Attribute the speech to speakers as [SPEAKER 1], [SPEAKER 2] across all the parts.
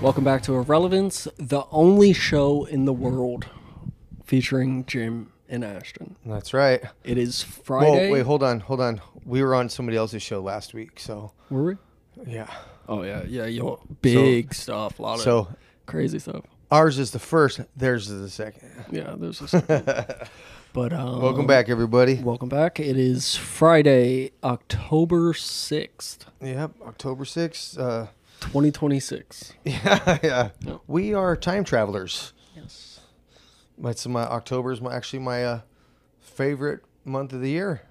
[SPEAKER 1] Welcome back to Irrelevance, the only show in the world featuring Jim and Ashton.
[SPEAKER 2] That's right.
[SPEAKER 1] It is
[SPEAKER 2] Well,
[SPEAKER 1] Friday.
[SPEAKER 2] wait, hold on, hold on. We were on somebody else's show last week, so
[SPEAKER 1] Were we?
[SPEAKER 2] yeah.
[SPEAKER 1] Oh yeah, yeah. You big stuff, a lot of
[SPEAKER 2] So
[SPEAKER 1] crazy stuff.
[SPEAKER 2] ours is the first, theirs is the second.
[SPEAKER 1] Yeah, there's a second. but um,
[SPEAKER 2] Welcome back, everybody.
[SPEAKER 1] Welcome back. It is Friday, October sixth,
[SPEAKER 2] Yep, October sixth. Uh,
[SPEAKER 1] twenty twenty six.
[SPEAKER 2] yeah, yeah.
[SPEAKER 1] Yeah.
[SPEAKER 2] We are time travelers.
[SPEAKER 1] Yes.
[SPEAKER 2] That's my October is my actually my uh, favorite month of the year.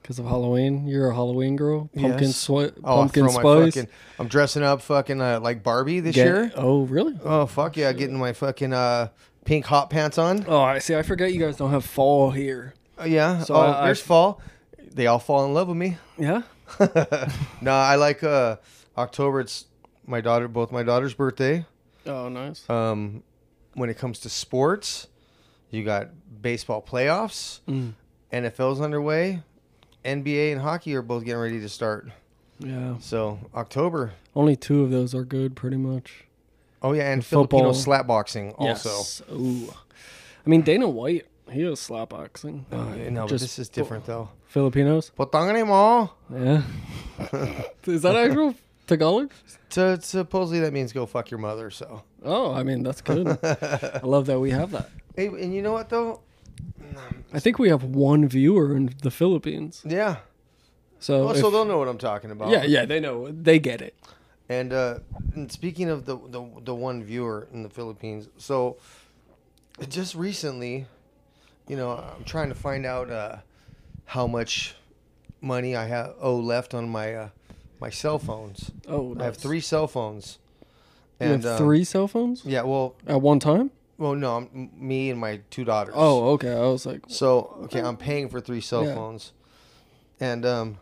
[SPEAKER 1] Because of Halloween, you're a Halloween girl. Pumpkin
[SPEAKER 2] Yes.
[SPEAKER 1] sweat.
[SPEAKER 2] Oh,
[SPEAKER 1] pumpkin
[SPEAKER 2] I throw my
[SPEAKER 1] spice.
[SPEAKER 2] fucking. I'm dressing up fucking uh, like Barbie this
[SPEAKER 1] Get-
[SPEAKER 2] year.
[SPEAKER 1] Oh really?
[SPEAKER 2] Oh fuck yeah, getting my fucking uh, pink hot pants on.
[SPEAKER 1] Oh, I see. I forget you guys don't have fall here.
[SPEAKER 2] Uh, yeah.
[SPEAKER 1] So
[SPEAKER 2] oh,
[SPEAKER 1] I- I-
[SPEAKER 2] there's fall. They all fall in love with me.
[SPEAKER 1] Yeah.
[SPEAKER 2] No, I like uh October. It's my daughter, both my daughter's birthday.
[SPEAKER 1] Oh, nice.
[SPEAKER 2] Um, when it comes to sports, you got baseball playoffs,
[SPEAKER 1] Mm.
[SPEAKER 2] NFL's underway, NBA and hockey are both getting ready to start.
[SPEAKER 1] Yeah.
[SPEAKER 2] So October.
[SPEAKER 1] Only two of those are good, pretty much.
[SPEAKER 2] Oh yeah, and
[SPEAKER 1] Football.
[SPEAKER 2] Filipino slap boxing also.
[SPEAKER 1] Yes. Ooh. I mean, Dana White, he was slapboxing.
[SPEAKER 2] Uh, no, but
[SPEAKER 1] Just
[SPEAKER 2] this is different though.
[SPEAKER 1] Filipinos?
[SPEAKER 2] Potanganemo.
[SPEAKER 1] Yeah. is that actual Tagalog?
[SPEAKER 2] So supposedly that means go fuck your mother. So
[SPEAKER 1] Oh, I mean, that's good. I love that we have that.
[SPEAKER 2] hey, and you know what though?
[SPEAKER 1] I think we have one viewer in the Philippines.
[SPEAKER 2] Yeah.
[SPEAKER 1] So,
[SPEAKER 2] Oh,
[SPEAKER 1] if-
[SPEAKER 2] so they'll know what I'm talking about.
[SPEAKER 1] yeah, yeah, they know. They get it.
[SPEAKER 2] And, uh, and speaking of the, the the one viewer in the Philippines, so just recently, you know, I'm trying to find out uh, how much money I have owe left on my uh, my cell phones.
[SPEAKER 1] Oh,
[SPEAKER 2] I have
[SPEAKER 1] nice.
[SPEAKER 2] three cell phones.
[SPEAKER 1] You have
[SPEAKER 2] um,
[SPEAKER 1] three cell phones
[SPEAKER 2] yeah. Well,
[SPEAKER 1] at one time?
[SPEAKER 2] well, no, I'm, me and my two daughters.
[SPEAKER 1] Oh, okay. I was like,
[SPEAKER 2] So okay, I'm paying for three cell
[SPEAKER 1] Yeah.
[SPEAKER 2] phones, and um,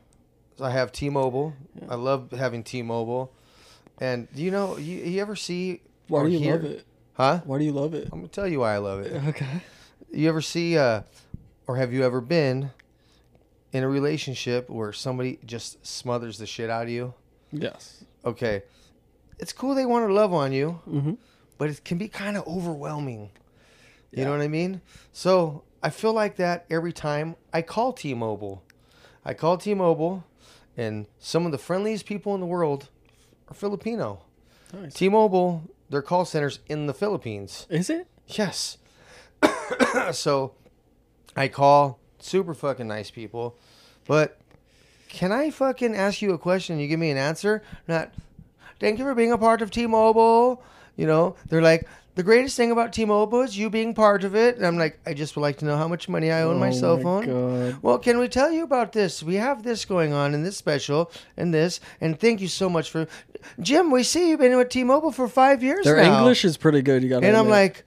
[SPEAKER 2] so I have T-Mobile. I love having T-Mobile, and do you know, you, you ever see
[SPEAKER 1] why
[SPEAKER 2] or
[SPEAKER 1] do you
[SPEAKER 2] hear-
[SPEAKER 1] love it?
[SPEAKER 2] Huh?
[SPEAKER 1] Why do you love it?
[SPEAKER 2] I'm gonna tell you why I love it.
[SPEAKER 1] Okay.
[SPEAKER 2] You ever see, uh, or have you ever been in a relationship where somebody just smothers the shit out of you?
[SPEAKER 1] Yes.
[SPEAKER 2] Okay, it's cool they want to love on you,
[SPEAKER 1] Mm-hmm.
[SPEAKER 2] but it can be kind of overwhelming. You know what I mean? So I feel like that every time I call T Mobile. I call T Mobile, and some of the friendliest people in the world are Filipino.
[SPEAKER 1] Nice.
[SPEAKER 2] T Mobile, their call center's in the Philippines.
[SPEAKER 1] Is it?
[SPEAKER 2] Yes. so I call super fucking nice people, but can I fucking ask you a question and you give me an answer? Not, thank you for being a part of T Mobile. You know, they're like, the greatest thing about T Mobile is you being part of it. And I'm like, I just would like to know how much money I own
[SPEAKER 1] Oh
[SPEAKER 2] my cell
[SPEAKER 1] my
[SPEAKER 2] phone.
[SPEAKER 1] God.
[SPEAKER 2] Well, can we tell you about this? We have this going on in this special and this. And thank you so much for. Jim, we see you've been with T Mobile for five years
[SPEAKER 1] Their
[SPEAKER 2] now.
[SPEAKER 1] English is pretty good. You got.
[SPEAKER 2] And I'm like,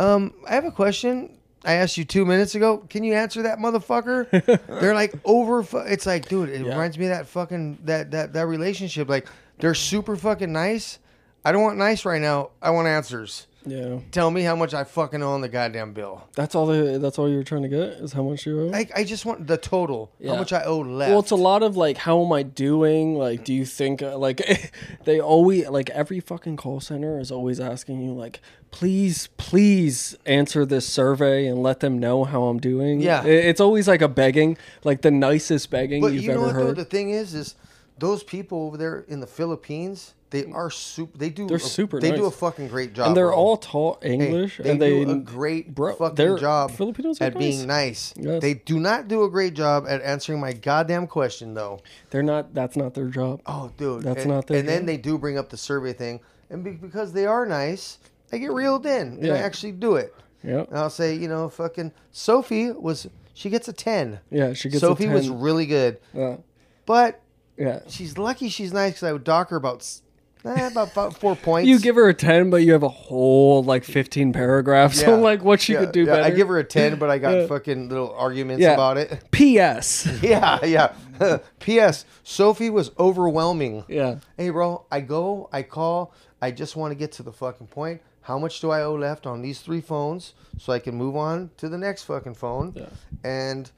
[SPEAKER 2] um, I have a question. I asked you two minutes ago. Can you answer that, motherfucker? they're like over. Fu- it's like, dude, it
[SPEAKER 1] Yeah.
[SPEAKER 2] reminds me of that fucking that that that relationship. Like, they're super fucking nice. I don't want nice right now. I want answers.
[SPEAKER 1] yeah,
[SPEAKER 2] Tell me how much I fucking owe on the goddamn bill.
[SPEAKER 1] that's all. They, that's all you were trying to get is how much you owe.
[SPEAKER 2] Like, I just want the total.
[SPEAKER 1] Yeah.
[SPEAKER 2] How much I owe left.
[SPEAKER 1] well, it's a lot of like, how am I doing? Like, do you think uh, like they always like every fucking call center is always asking you like, please, please answer this survey and let them know how I'm doing.
[SPEAKER 2] Yeah.
[SPEAKER 1] I- it's always like a begging, like the nicest begging
[SPEAKER 2] But
[SPEAKER 1] you've
[SPEAKER 2] you know
[SPEAKER 1] ever
[SPEAKER 2] what though?
[SPEAKER 1] heard.
[SPEAKER 2] The thing is, is those people over there in the Philippines, they are super. They do.
[SPEAKER 1] They're
[SPEAKER 2] a-
[SPEAKER 1] super
[SPEAKER 2] They
[SPEAKER 1] nice.
[SPEAKER 2] do a fucking great job.
[SPEAKER 1] and they're
[SPEAKER 2] bro.
[SPEAKER 1] all taught English,
[SPEAKER 2] Hey, they
[SPEAKER 1] and they
[SPEAKER 2] do a great
[SPEAKER 1] bro, they're-
[SPEAKER 2] fucking job
[SPEAKER 1] Filipinos are
[SPEAKER 2] at being nice.
[SPEAKER 1] Yes.
[SPEAKER 2] They do not do a great job at answering my goddamn question though.
[SPEAKER 1] they're not. That's not their job.
[SPEAKER 2] Oh, dude,
[SPEAKER 1] That's
[SPEAKER 2] and,
[SPEAKER 1] not their
[SPEAKER 2] And then
[SPEAKER 1] job.
[SPEAKER 2] they do bring up the survey thing, and be, because they are nice, I get reeled in and
[SPEAKER 1] Yeah.
[SPEAKER 2] I actually do it.
[SPEAKER 1] Yeah,
[SPEAKER 2] And I'll say, you know, fucking Sophie was she gets a ten.
[SPEAKER 1] yeah. She gets
[SPEAKER 2] Sophie
[SPEAKER 1] a uh, 10.
[SPEAKER 2] was really good,
[SPEAKER 1] Yeah.
[SPEAKER 2] but
[SPEAKER 1] yeah.
[SPEAKER 2] she's lucky she's nice because I would dock her about s- eh, about, about four points.
[SPEAKER 1] You give her a 10, but you have a whole like 15 paragraphs
[SPEAKER 2] Yeah.
[SPEAKER 1] on like what she
[SPEAKER 2] Yeah,
[SPEAKER 1] could do
[SPEAKER 2] yeah,
[SPEAKER 1] better.
[SPEAKER 2] I give her a ten, but I got
[SPEAKER 1] Yeah.
[SPEAKER 2] fucking little arguments
[SPEAKER 1] Yeah.
[SPEAKER 2] about it.
[SPEAKER 1] P.S.
[SPEAKER 2] Yeah, yeah. P.S. Sophie was overwhelming.
[SPEAKER 1] Yeah.
[SPEAKER 2] Hey, bro, I go, I call, I just want to get to the fucking point. How much do I owe left on these three phones so I can move on to the next fucking phone?
[SPEAKER 1] Yeah.
[SPEAKER 2] And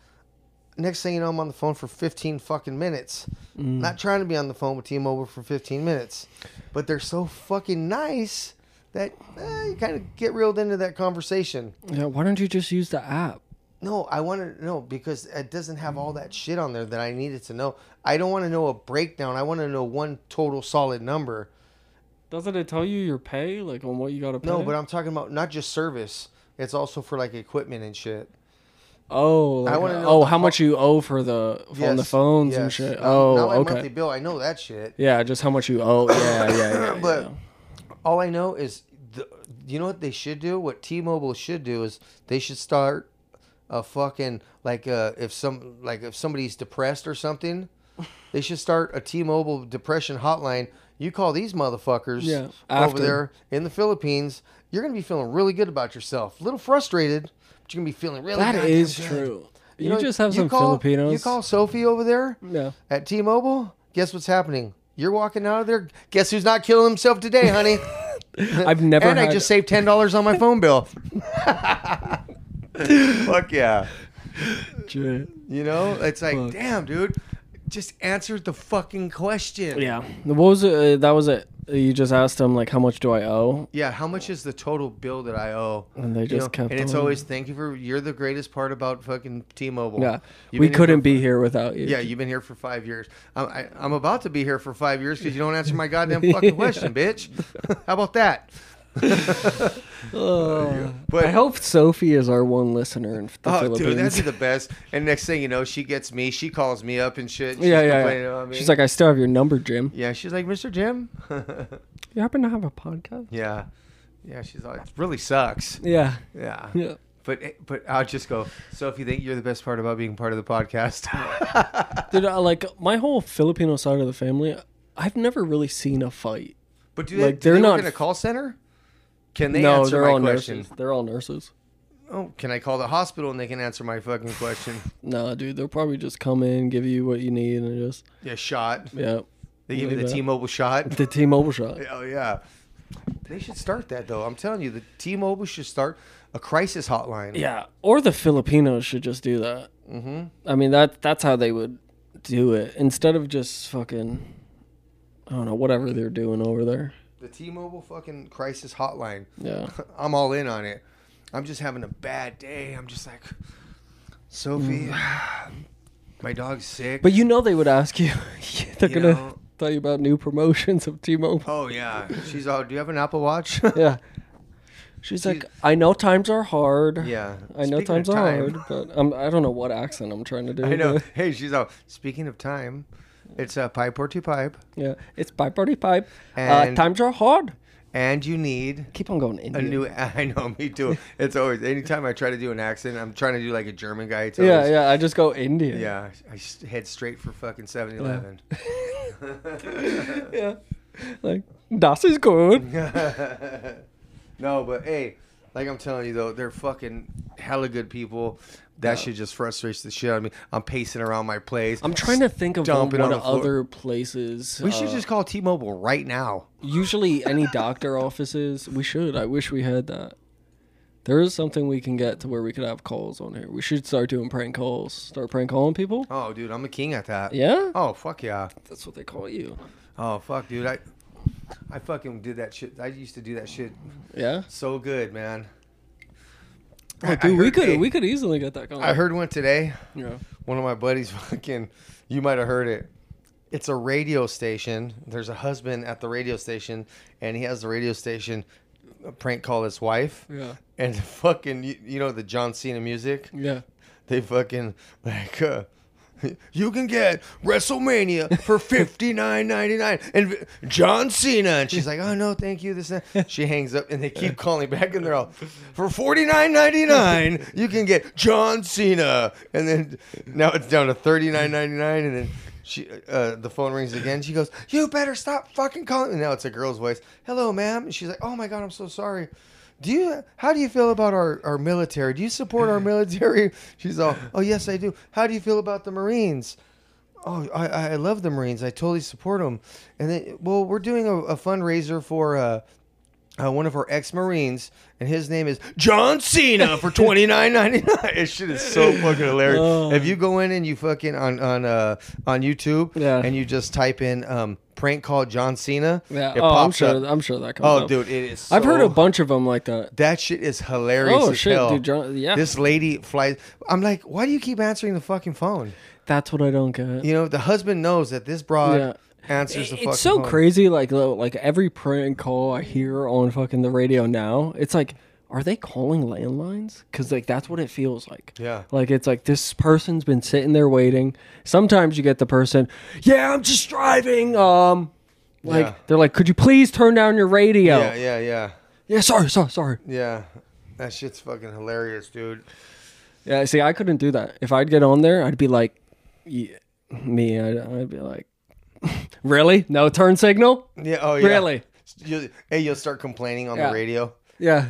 [SPEAKER 2] next thing you know, I'm on the phone for 15 fucking minutes. Not trying to be on the phone with T-Mobile for 15 minutes, but they're so fucking nice that eh, you kind of get reeled into that conversation.
[SPEAKER 1] Yeah, why don't you just use the app?
[SPEAKER 2] No, I want to know because it doesn't have all
[SPEAKER 1] Mm.
[SPEAKER 2] that shit on there that I needed to know. I don't want to know a breakdown. I want to know one total solid number.
[SPEAKER 1] Doesn't it tell you your pay, like on what you gotta pay?
[SPEAKER 2] No, but I'm talking about not just service. It's also for like equipment and shit.
[SPEAKER 1] oh,
[SPEAKER 2] I
[SPEAKER 1] like,
[SPEAKER 2] wanna know
[SPEAKER 1] oh,
[SPEAKER 2] the
[SPEAKER 1] how
[SPEAKER 2] fu-
[SPEAKER 1] much you owe for the on the
[SPEAKER 2] Yes,
[SPEAKER 1] phones and
[SPEAKER 2] yes.
[SPEAKER 1] shit.
[SPEAKER 2] Not-
[SPEAKER 1] Oh,
[SPEAKER 2] not my
[SPEAKER 1] okay.
[SPEAKER 2] monthly bill. I know that shit.
[SPEAKER 1] Yeah, just how much you owe. Yeah, yeah, yeah.
[SPEAKER 2] But-
[SPEAKER 1] yeah.
[SPEAKER 2] All I know is, the, you know what they should do? What T-Mobile should do is they should start a fucking like uh if some like if somebody's depressed or something, they should start a T-Mobile depression hotline. You call these motherfuckers
[SPEAKER 1] Yeah,
[SPEAKER 2] over
[SPEAKER 1] after.
[SPEAKER 2] there in the Philippines. You're gonna be feeling really good about yourself. A little frustrated, but you're gonna be feeling really.
[SPEAKER 1] that
[SPEAKER 2] goddamn
[SPEAKER 1] is
[SPEAKER 2] good.
[SPEAKER 1] true. You,
[SPEAKER 2] know,
[SPEAKER 1] just have
[SPEAKER 2] you
[SPEAKER 1] some
[SPEAKER 2] call-
[SPEAKER 1] Filipinos.
[SPEAKER 2] You call Sophie over there.
[SPEAKER 1] yeah.
[SPEAKER 2] at T-Mobile, guess what's happening? You're walking out of there. Guess who's not killing himself today, honey?
[SPEAKER 1] I've never
[SPEAKER 2] and
[SPEAKER 1] had,
[SPEAKER 2] I just saved ten dollars on my phone bill. Fuck yeah!
[SPEAKER 1] Shit.
[SPEAKER 2] You know, it's like,
[SPEAKER 1] Fuck.
[SPEAKER 2] damn, dude, just answer the fucking question.
[SPEAKER 1] Yeah. What was it? Uh, that was it. You just asked them like, how much do I owe?
[SPEAKER 2] Yeah, how much is the total bill that I owe?
[SPEAKER 1] And they
[SPEAKER 2] You
[SPEAKER 1] just
[SPEAKER 2] know,
[SPEAKER 1] kept
[SPEAKER 2] And it's
[SPEAKER 1] on.
[SPEAKER 2] always thank you for. You're the greatest part about fucking T-Mobile.
[SPEAKER 1] Yeah. we
[SPEAKER 2] You've been here
[SPEAKER 1] couldn't
[SPEAKER 2] for-
[SPEAKER 1] be here without you.
[SPEAKER 2] Yeah, you've been here for five years. I'm, I, I'm about to be here for five years because you don't answer my goddamn fucking question, bitch. How about that?
[SPEAKER 1] Oh.
[SPEAKER 2] But-
[SPEAKER 1] I hope Sophie is our one listener in the
[SPEAKER 2] Oh,
[SPEAKER 1] Philippines.
[SPEAKER 2] dude, that'd be the best. And next thing you know, she gets me. She calls me up and shit. She's
[SPEAKER 1] yeah, yeah.
[SPEAKER 2] complaining
[SPEAKER 1] yeah.
[SPEAKER 2] about me.
[SPEAKER 1] She's like, I still have your number, Jim.
[SPEAKER 2] yeah, she's like, Mr. Jim.
[SPEAKER 1] You happen to have a podcast?
[SPEAKER 2] yeah, yeah. She's like, it really sucks.
[SPEAKER 1] Yeah.
[SPEAKER 2] Yeah.
[SPEAKER 1] Yeah.
[SPEAKER 2] But eh, but I'll just go. Sophie, think you're the best part about being part of the podcast.
[SPEAKER 1] Dude, I, like my whole Filipino side of the family, I've never really seen a fight.
[SPEAKER 2] but do they,
[SPEAKER 1] Like,
[SPEAKER 2] do
[SPEAKER 1] they're
[SPEAKER 2] they work
[SPEAKER 1] not
[SPEAKER 2] in a call center? Can they
[SPEAKER 1] no,
[SPEAKER 2] answer
[SPEAKER 1] they're
[SPEAKER 2] my
[SPEAKER 1] all
[SPEAKER 2] question?
[SPEAKER 1] nurses. They're all nurses.
[SPEAKER 2] Oh, can I call the hospital and they can answer my fucking question?
[SPEAKER 1] No, dude, they'll probably just come in, give you what you need, and just
[SPEAKER 2] Yeah, shot.
[SPEAKER 1] yeah.
[SPEAKER 2] They give you
[SPEAKER 1] Like
[SPEAKER 2] the
[SPEAKER 1] that.
[SPEAKER 2] T-Mobile shot.
[SPEAKER 1] The T-Mobile shot.
[SPEAKER 2] Oh yeah. They should start that though. I'm telling you, the T-Mobile should start a crisis hotline.
[SPEAKER 1] Yeah, or the Filipinos should just do that. Mm-hmm. I mean that that's how they would do it instead of just fucking I don't know whatever they're doing over there.
[SPEAKER 2] The T-Mobile fucking crisis hotline.
[SPEAKER 1] Yeah,
[SPEAKER 2] I'm all in on it. I'm just having a bad day. I'm just like, Sophie, my dog's sick.
[SPEAKER 1] Mm. but you know they would ask you. they're
[SPEAKER 2] You
[SPEAKER 1] gonna
[SPEAKER 2] know-
[SPEAKER 1] tell you about new promotions of T-Mobile.
[SPEAKER 2] oh yeah, she's all. Do you have an Apple Watch?
[SPEAKER 1] Yeah, she's like, I know times are hard.
[SPEAKER 2] yeah.
[SPEAKER 1] I know
[SPEAKER 2] Speaking of
[SPEAKER 1] times are
[SPEAKER 2] time-
[SPEAKER 1] hard, but I'm, I don't know what accent I'm trying to do.
[SPEAKER 2] I know.
[SPEAKER 1] but-
[SPEAKER 2] Hey, she's all. Speaking of time, it's a pipe or two pipe,
[SPEAKER 1] Yeah, it's pipe party pipe. Uh,
[SPEAKER 2] And-
[SPEAKER 1] times are hard.
[SPEAKER 2] and you need
[SPEAKER 1] Keep on going, India.
[SPEAKER 2] A new, I know, me too. It's always anytime I try to do an accent, I'm trying to do like a German guy. It's
[SPEAKER 1] yeah,
[SPEAKER 2] always-
[SPEAKER 1] yeah. I just go India.
[SPEAKER 2] yeah. I s- head straight for fucking 7-Eleven.
[SPEAKER 1] yeah. Like das is good.
[SPEAKER 2] no, but hey, like I'm telling you though, they're fucking hella good people. That shit just frustrates the shit out of me. I'm pacing around my place.
[SPEAKER 1] I'm trying to think of one
[SPEAKER 2] Dumping on
[SPEAKER 1] what
[SPEAKER 2] the floor.
[SPEAKER 1] other places.
[SPEAKER 2] We should
[SPEAKER 1] uh,
[SPEAKER 2] just call T-Mobile right now.
[SPEAKER 1] usually any doctor offices. We should. I wish we had that. There is something we can get to where we could have calls on here. We should start doing prank calls. Start prank calling people.
[SPEAKER 2] Oh, dude, I'm a king at that.
[SPEAKER 1] Yeah,
[SPEAKER 2] Oh fuck yeah.
[SPEAKER 1] that's what they call you.
[SPEAKER 2] Oh fuck, dude. I, I fucking did that shit. I used to do that shit
[SPEAKER 1] Yeah.
[SPEAKER 2] so good, man.
[SPEAKER 1] Oh,
[SPEAKER 2] I-
[SPEAKER 1] dude,
[SPEAKER 2] I
[SPEAKER 1] we
[SPEAKER 2] heard-
[SPEAKER 1] could
[SPEAKER 2] hey,
[SPEAKER 1] we could easily get that going.
[SPEAKER 2] I heard one today.
[SPEAKER 1] yeah.
[SPEAKER 2] One of my buddies fucking you might have heard it. It's a radio station. There's a husband at the radio station and he has the radio station prank call his wife.
[SPEAKER 1] Yeah.
[SPEAKER 2] And fucking you, you know the John Cena music?
[SPEAKER 1] Yeah.
[SPEAKER 2] They fucking like uh you can get WrestleMania for fifty nine ninety nine, and v- John Cena. And she's like, "Oh no, thank you." This and that. she hangs up, and they keep calling back, and they're all for forty nine ninety nine. You can get John Cena, and then now it's down to thirty nine ninety nine, and then she uh, the phone rings again. She goes, "You better stop fucking calling." And now it's a girl's voice. Hello, ma'am. And she's like, "Oh my god, I'm so sorry." Do you? How do you feel about our, our military? Do you support our military? She's all, oh yes, I do. How do you feel about the Marines? Oh, I, I I love the Marines. I totally support them. And then, well, we're doing a, a fundraiser for uh, uh, one of her ex-marines, and his name is John Cena for twenty nine ninety nine. It shit is so fucking hilarious.
[SPEAKER 1] Oh.
[SPEAKER 2] If you go in and you fucking on on uh, on YouTube,
[SPEAKER 1] Yeah.
[SPEAKER 2] and you just type in um, prank call John Cena,
[SPEAKER 1] Yeah.
[SPEAKER 2] it
[SPEAKER 1] oh, I'm
[SPEAKER 2] pops
[SPEAKER 1] sure.
[SPEAKER 2] up.
[SPEAKER 1] I'm sure that comes
[SPEAKER 2] Oh,
[SPEAKER 1] up.
[SPEAKER 2] dude, it is. So,
[SPEAKER 1] I've heard a bunch of them like that.
[SPEAKER 2] That shit is hilarious.
[SPEAKER 1] Oh,
[SPEAKER 2] as
[SPEAKER 1] shit,
[SPEAKER 2] hell.
[SPEAKER 1] dude, John- yeah.
[SPEAKER 2] This lady flies. I'm like, why do you keep answering the fucking phone?
[SPEAKER 1] That's what I don't get.
[SPEAKER 2] You know, the husband knows that this broad
[SPEAKER 1] Yeah.
[SPEAKER 2] answers the fucking
[SPEAKER 1] it's so
[SPEAKER 2] phone.
[SPEAKER 1] crazy like lo- like every prank call i hear on fucking the radio now it's like are they calling landlines because like that's what it feels like
[SPEAKER 2] Yeah.
[SPEAKER 1] like it's like this person's been sitting there waiting sometimes you get the person yeah i'm just driving um like
[SPEAKER 2] Yeah.
[SPEAKER 1] they're like could you please turn down your radio
[SPEAKER 2] Yeah,
[SPEAKER 1] yeah,
[SPEAKER 2] yeah, yeah,
[SPEAKER 1] sorry sorry sorry
[SPEAKER 2] yeah. That shit's fucking hilarious, dude.
[SPEAKER 1] yeah see i couldn't do that if i'd get on there i'd be like yeah, me I'd, I'd be like really no turn signal
[SPEAKER 2] Yeah. Oh, yeah.
[SPEAKER 1] Really?
[SPEAKER 2] You, hey, you'll start complaining on
[SPEAKER 1] Yeah.
[SPEAKER 2] the radio,
[SPEAKER 1] yeah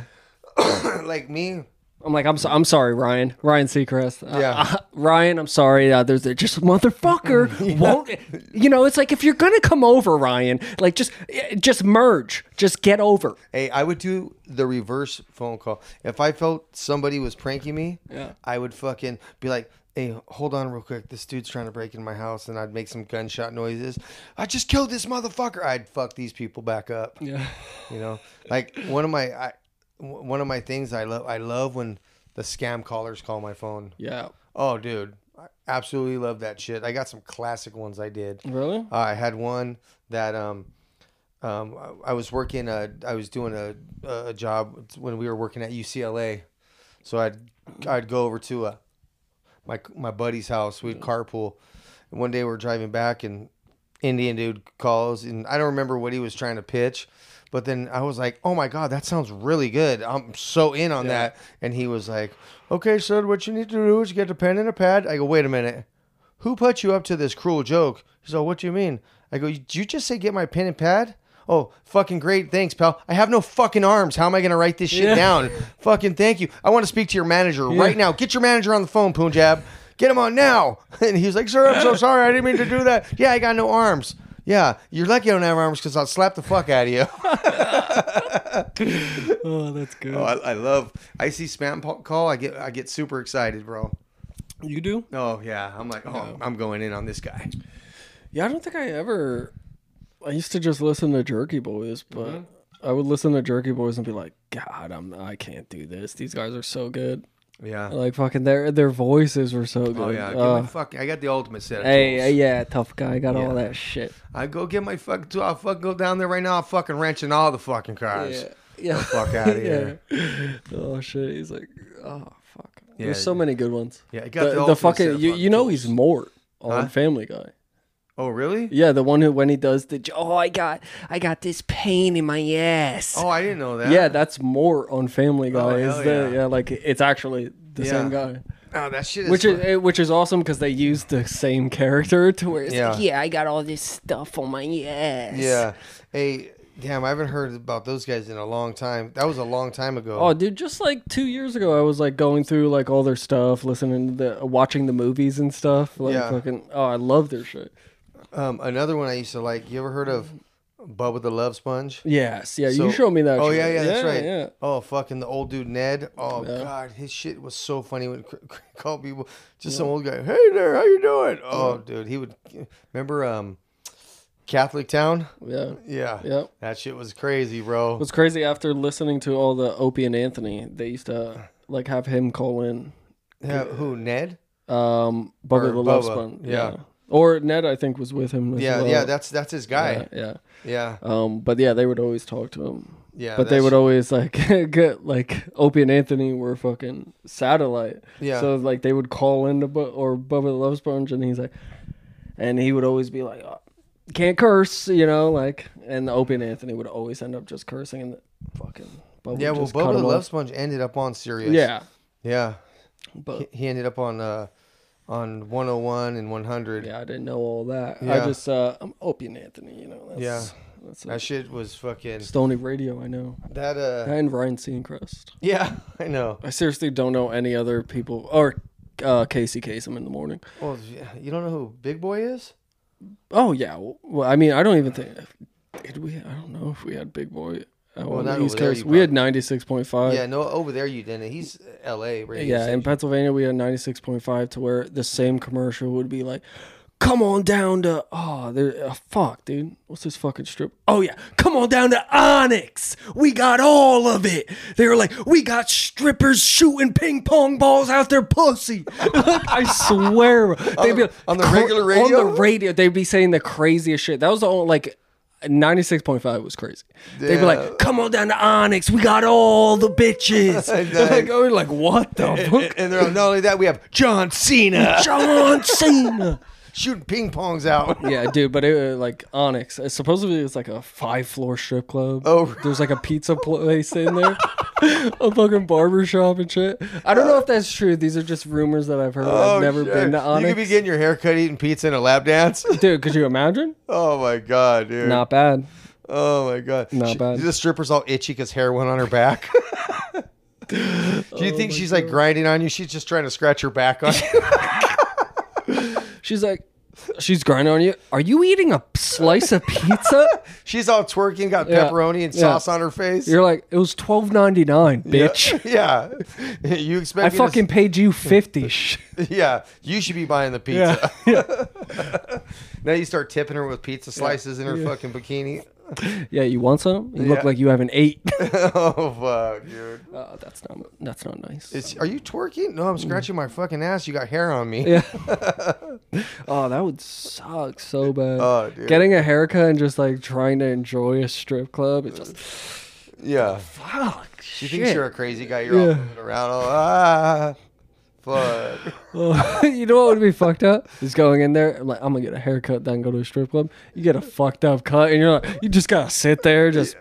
[SPEAKER 2] like me.
[SPEAKER 1] I'm like, I'm so, I'm sorry, Ryan. Ryan Seacrest. Uh,
[SPEAKER 2] Yeah.
[SPEAKER 1] uh, Ryan, I'm sorry. Uh, there's they're just motherfucker won't. You know, it's like if you're gonna come over, Ryan, like just eh, just merge, just get over.
[SPEAKER 2] Hey, I would do the reverse phone call if I felt somebody was pranking me.
[SPEAKER 1] Yeah.
[SPEAKER 2] I would fucking be like. Hey, hold on real quick. This dude's trying to break into my house, and I'd make some gunshot noises. I just killed this motherfucker. I'd fuck these people back up.
[SPEAKER 1] Yeah.
[SPEAKER 2] you know like one of my I, w- one of my things i love i love when the scam callers call my phone
[SPEAKER 1] Yeah.
[SPEAKER 2] oh dude i absolutely love that shit i got some classic ones i did
[SPEAKER 1] Really?
[SPEAKER 2] uh, i had one that um um I- i was working uh i was doing a a job when we were working at ucla so i'd i'd go over to uh my my buddy's house we'd carpool and one day we we're driving back and Indian dude calls, and I don't remember what he was trying to pitch, but then I was like, "Oh my god, that sounds really good. I'm so in on that." And he was like, "Okay, son, what you need to do is get a pen and a pad." I go, "Wait a minute, who put you up to this cruel joke?" He's like, "What do you mean?" I go, "Did you just say get my pen and pad?" Oh, fucking great. Thanks, pal. I have no fucking arms. How am I going to write this shit
[SPEAKER 1] Yeah.
[SPEAKER 2] down? fucking thank you. I want to speak to your manager right now. Get your manager on the phone, Punjab. Get him on now. And he's like, sir, I'm so sorry. I didn't mean to do that. Yeah, I got no arms. Yeah, you're lucky I don't have arms because I'll slap the fuck out of you.
[SPEAKER 1] Oh, that's good.
[SPEAKER 2] I, I love. I see spam po- call. I get I get super excited, bro.
[SPEAKER 1] You do?
[SPEAKER 2] Oh yeah, I'm like, oh, I'm going in on this guy.
[SPEAKER 1] Yeah, I don't think I ever. I used to just listen to Jerky Boys, but I would listen to Jerky Boys and be like, God, I'm I can't do this. These guys are so good.
[SPEAKER 2] Yeah.
[SPEAKER 1] Like fucking their their voices were so good.
[SPEAKER 2] Oh yeah. Get
[SPEAKER 1] Uh,
[SPEAKER 2] my fuck. I got the ultimate set. Of
[SPEAKER 1] Hey,
[SPEAKER 2] tools.
[SPEAKER 1] uh, yeah, tough guy. Got
[SPEAKER 2] Yeah.
[SPEAKER 1] all that shit.
[SPEAKER 2] I go get my fuck. tool. I'll fuck go down there right now. I'll fucking wrench in all the fucking cars.
[SPEAKER 1] Yeah.
[SPEAKER 2] fuck outta here.
[SPEAKER 1] Yeah. Oh shit. He's like, oh fuck.
[SPEAKER 2] Yeah,
[SPEAKER 1] There's so
[SPEAKER 2] yeah.
[SPEAKER 1] many good ones.
[SPEAKER 2] Yeah, I got
[SPEAKER 1] The,
[SPEAKER 2] the,
[SPEAKER 1] the
[SPEAKER 2] ultimate set
[SPEAKER 1] fucking
[SPEAKER 2] of
[SPEAKER 1] you,
[SPEAKER 2] fucking
[SPEAKER 1] you know
[SPEAKER 2] tools.
[SPEAKER 1] he's Mort on
[SPEAKER 2] Huh?
[SPEAKER 1] Family Guy.
[SPEAKER 2] Oh really?
[SPEAKER 1] Yeah, the one who when he does the oh I got I got this pain in my ass.
[SPEAKER 2] Oh, I didn't know that.
[SPEAKER 1] yeah, that's Mort on Family Guy.
[SPEAKER 2] Oh,
[SPEAKER 1] is
[SPEAKER 2] hell
[SPEAKER 1] the,
[SPEAKER 2] yeah.
[SPEAKER 1] yeah, like it's actually the
[SPEAKER 2] Yeah.
[SPEAKER 1] same guy.
[SPEAKER 2] Oh, that shit is.
[SPEAKER 1] which
[SPEAKER 2] fucking-
[SPEAKER 1] is eh, which is awesome because they used the same character to where it's
[SPEAKER 2] Yeah.
[SPEAKER 1] like, yeah, I got all this stuff on my ass.
[SPEAKER 2] Yeah. Hey, damn, I haven't heard about those guys in a long time. That was a long time ago.
[SPEAKER 1] Oh, dude, just like two years ago, I was like going through like all their stuff, listening to the, watching the movies and stuff. Like,
[SPEAKER 2] Yeah.
[SPEAKER 1] fucking, oh, I love their shit.
[SPEAKER 2] Um, another one I used to like. You ever heard of Bubba the Love Sponge?
[SPEAKER 1] Yes, yeah,
[SPEAKER 2] So-
[SPEAKER 1] you showed me that.
[SPEAKER 2] Oh
[SPEAKER 1] shit.
[SPEAKER 2] yeah, yeah, that's right.
[SPEAKER 1] Yeah,
[SPEAKER 2] Oh fucking the old dude Ned. Oh god, his shit was so funny when c- c- called people. Just some old guy. Hey there, how you doing? Oh dude, he would. Remember um, Catholic Town?
[SPEAKER 1] yeah.
[SPEAKER 2] Yeah.
[SPEAKER 1] Yep.
[SPEAKER 2] That shit was crazy, bro.
[SPEAKER 1] What's crazy after listening to all the Opie and Anthony, they used to like have him call in,
[SPEAKER 2] Yeah, who Ned?
[SPEAKER 1] um, Bubba
[SPEAKER 2] Or
[SPEAKER 1] the Love
[SPEAKER 2] Bubba,
[SPEAKER 1] Sponge.
[SPEAKER 2] yeah.
[SPEAKER 1] Or Ned, I think, was with him. as
[SPEAKER 2] Yeah,
[SPEAKER 1] well.
[SPEAKER 2] yeah, that's that's his guy.
[SPEAKER 1] yeah, yeah.
[SPEAKER 2] Yeah,
[SPEAKER 1] Um, but yeah, they would always talk to him.
[SPEAKER 2] yeah.
[SPEAKER 1] but they
[SPEAKER 2] that's-
[SPEAKER 1] would always like get like Opie and Anthony were fucking satellite.
[SPEAKER 2] Yeah.
[SPEAKER 1] So like they would call into Bu- or Bubba the Love Sponge, and he's like, and he would always be like, "Oh, can't curse, you know, like, and Opie and Anthony would always end up just cursing and fucking. Bubba
[SPEAKER 2] Yeah,
[SPEAKER 1] would
[SPEAKER 2] well,
[SPEAKER 1] just cut
[SPEAKER 2] Bubba the
[SPEAKER 1] him off.
[SPEAKER 2] Love Sponge ended up on Sirius.
[SPEAKER 1] Yeah.
[SPEAKER 2] yeah. He-
[SPEAKER 1] But
[SPEAKER 2] He ended up on uh, on 101 and 100.
[SPEAKER 1] yeah, I didn't know all that.
[SPEAKER 2] Yeah.
[SPEAKER 1] I just uh, I'm Opie and Anthony, you know. That's, That's
[SPEAKER 2] That
[SPEAKER 1] a
[SPEAKER 2] shit was fucking
[SPEAKER 1] Stony Radio, I know,
[SPEAKER 2] that. Uh,
[SPEAKER 1] and Ryan Seacrest.
[SPEAKER 2] yeah, I know.
[SPEAKER 1] I seriously don't know any other people or uh, Casey Kasem in the morning.
[SPEAKER 2] Well, yeah, you don't know who Big Boy is?
[SPEAKER 1] Oh yeah. Well, I mean, I don't even think did we. I don't know if we had Big Boy uh,
[SPEAKER 2] Well,
[SPEAKER 1] on
[SPEAKER 2] not
[SPEAKER 1] the East
[SPEAKER 2] over there,
[SPEAKER 1] Coast.
[SPEAKER 2] you
[SPEAKER 1] We had ninety six point five.
[SPEAKER 2] yeah, no, over there you didn't. He's L.A. radio
[SPEAKER 1] Yeah, in
[SPEAKER 2] station.
[SPEAKER 1] Pennsylvania we had ninety six point five to where the same commercial would be like, "Come on down to oh, there, uh, fuck, dude, what's this fucking strip? Oh yeah, come on down to Onyx. We got all of it. They were like, we got strippers shooting ping pong balls out their pussy. Like, I swear, they'd be like,
[SPEAKER 2] on the
[SPEAKER 1] "Cra-
[SPEAKER 2] regular
[SPEAKER 1] on
[SPEAKER 2] radio?
[SPEAKER 1] the radio, they'd be saying the craziest shit. That was the only like. 96.5 was crazy. They'd be
[SPEAKER 2] Damn.
[SPEAKER 1] like, come on down to Onyx. We got all the bitches.
[SPEAKER 2] Nice.
[SPEAKER 1] like, I was like, what the fuck?
[SPEAKER 2] and they're like, not only that, we have John Cena
[SPEAKER 1] John Cena.
[SPEAKER 2] shooting ping pongs out.
[SPEAKER 1] yeah, dude, but it was like Onyx. It supposedly it was like a five floor strip club.
[SPEAKER 2] Oh, really?
[SPEAKER 1] there's like a pizza place in there, a fucking barber shop and shit. I don't know if that's true. These are just rumors that I've heard. I've never
[SPEAKER 2] sure.
[SPEAKER 1] been to
[SPEAKER 2] Oh, You
[SPEAKER 1] Onyx.
[SPEAKER 2] could be getting your hair cut, eating pizza, and a lap dance.
[SPEAKER 1] Dude, could you imagine?
[SPEAKER 2] Oh my god, dude.
[SPEAKER 1] Not bad.
[SPEAKER 2] Oh my god.
[SPEAKER 1] Not
[SPEAKER 2] She-
[SPEAKER 1] bad.
[SPEAKER 2] The stripper's all itchy because hair went on her back. Do you
[SPEAKER 1] Oh
[SPEAKER 2] think she's like grinding on you? She's just trying to scratch her back on you.
[SPEAKER 1] She's like, she's grinding on you. Are you eating a slice of pizza?
[SPEAKER 2] she's all twerking, got
[SPEAKER 1] Yeah.
[SPEAKER 2] pepperoni and
[SPEAKER 1] Yeah.
[SPEAKER 2] sauce on her face.
[SPEAKER 1] You're like, it was twelve ninety nine, bitch.
[SPEAKER 2] yeah. You expect
[SPEAKER 1] I
[SPEAKER 2] me to-
[SPEAKER 1] fucking paid you fifty. Shh.
[SPEAKER 2] Yeah. You should be buying the pizza. now you start tipping her with pizza slices in her fucking bikini.
[SPEAKER 1] Yeah, you want some? You look
[SPEAKER 2] Yeah.
[SPEAKER 1] like you haven't ate.
[SPEAKER 2] oh fuck, dude.
[SPEAKER 1] Uh, that's not that's not nice.
[SPEAKER 2] It's, are you twerking? No, I'm scratching my fucking ass. You got hair on me.
[SPEAKER 1] Mm. yeah. oh, that would suck so bad.
[SPEAKER 2] Oh, dude.
[SPEAKER 1] Getting a haircut and just like trying to enjoy a strip club. It's just
[SPEAKER 2] Yeah.
[SPEAKER 1] fuck.
[SPEAKER 2] She
[SPEAKER 1] She
[SPEAKER 2] thinks you're a crazy guy. You're all
[SPEAKER 1] Yeah.
[SPEAKER 2] moving around. All, ah, fuck.
[SPEAKER 1] you know what would be fucked up? Is going in there I'm like I'm gonna get a haircut, then go to a strip club. You get a fucked up cut, and you're like you just gotta sit there, just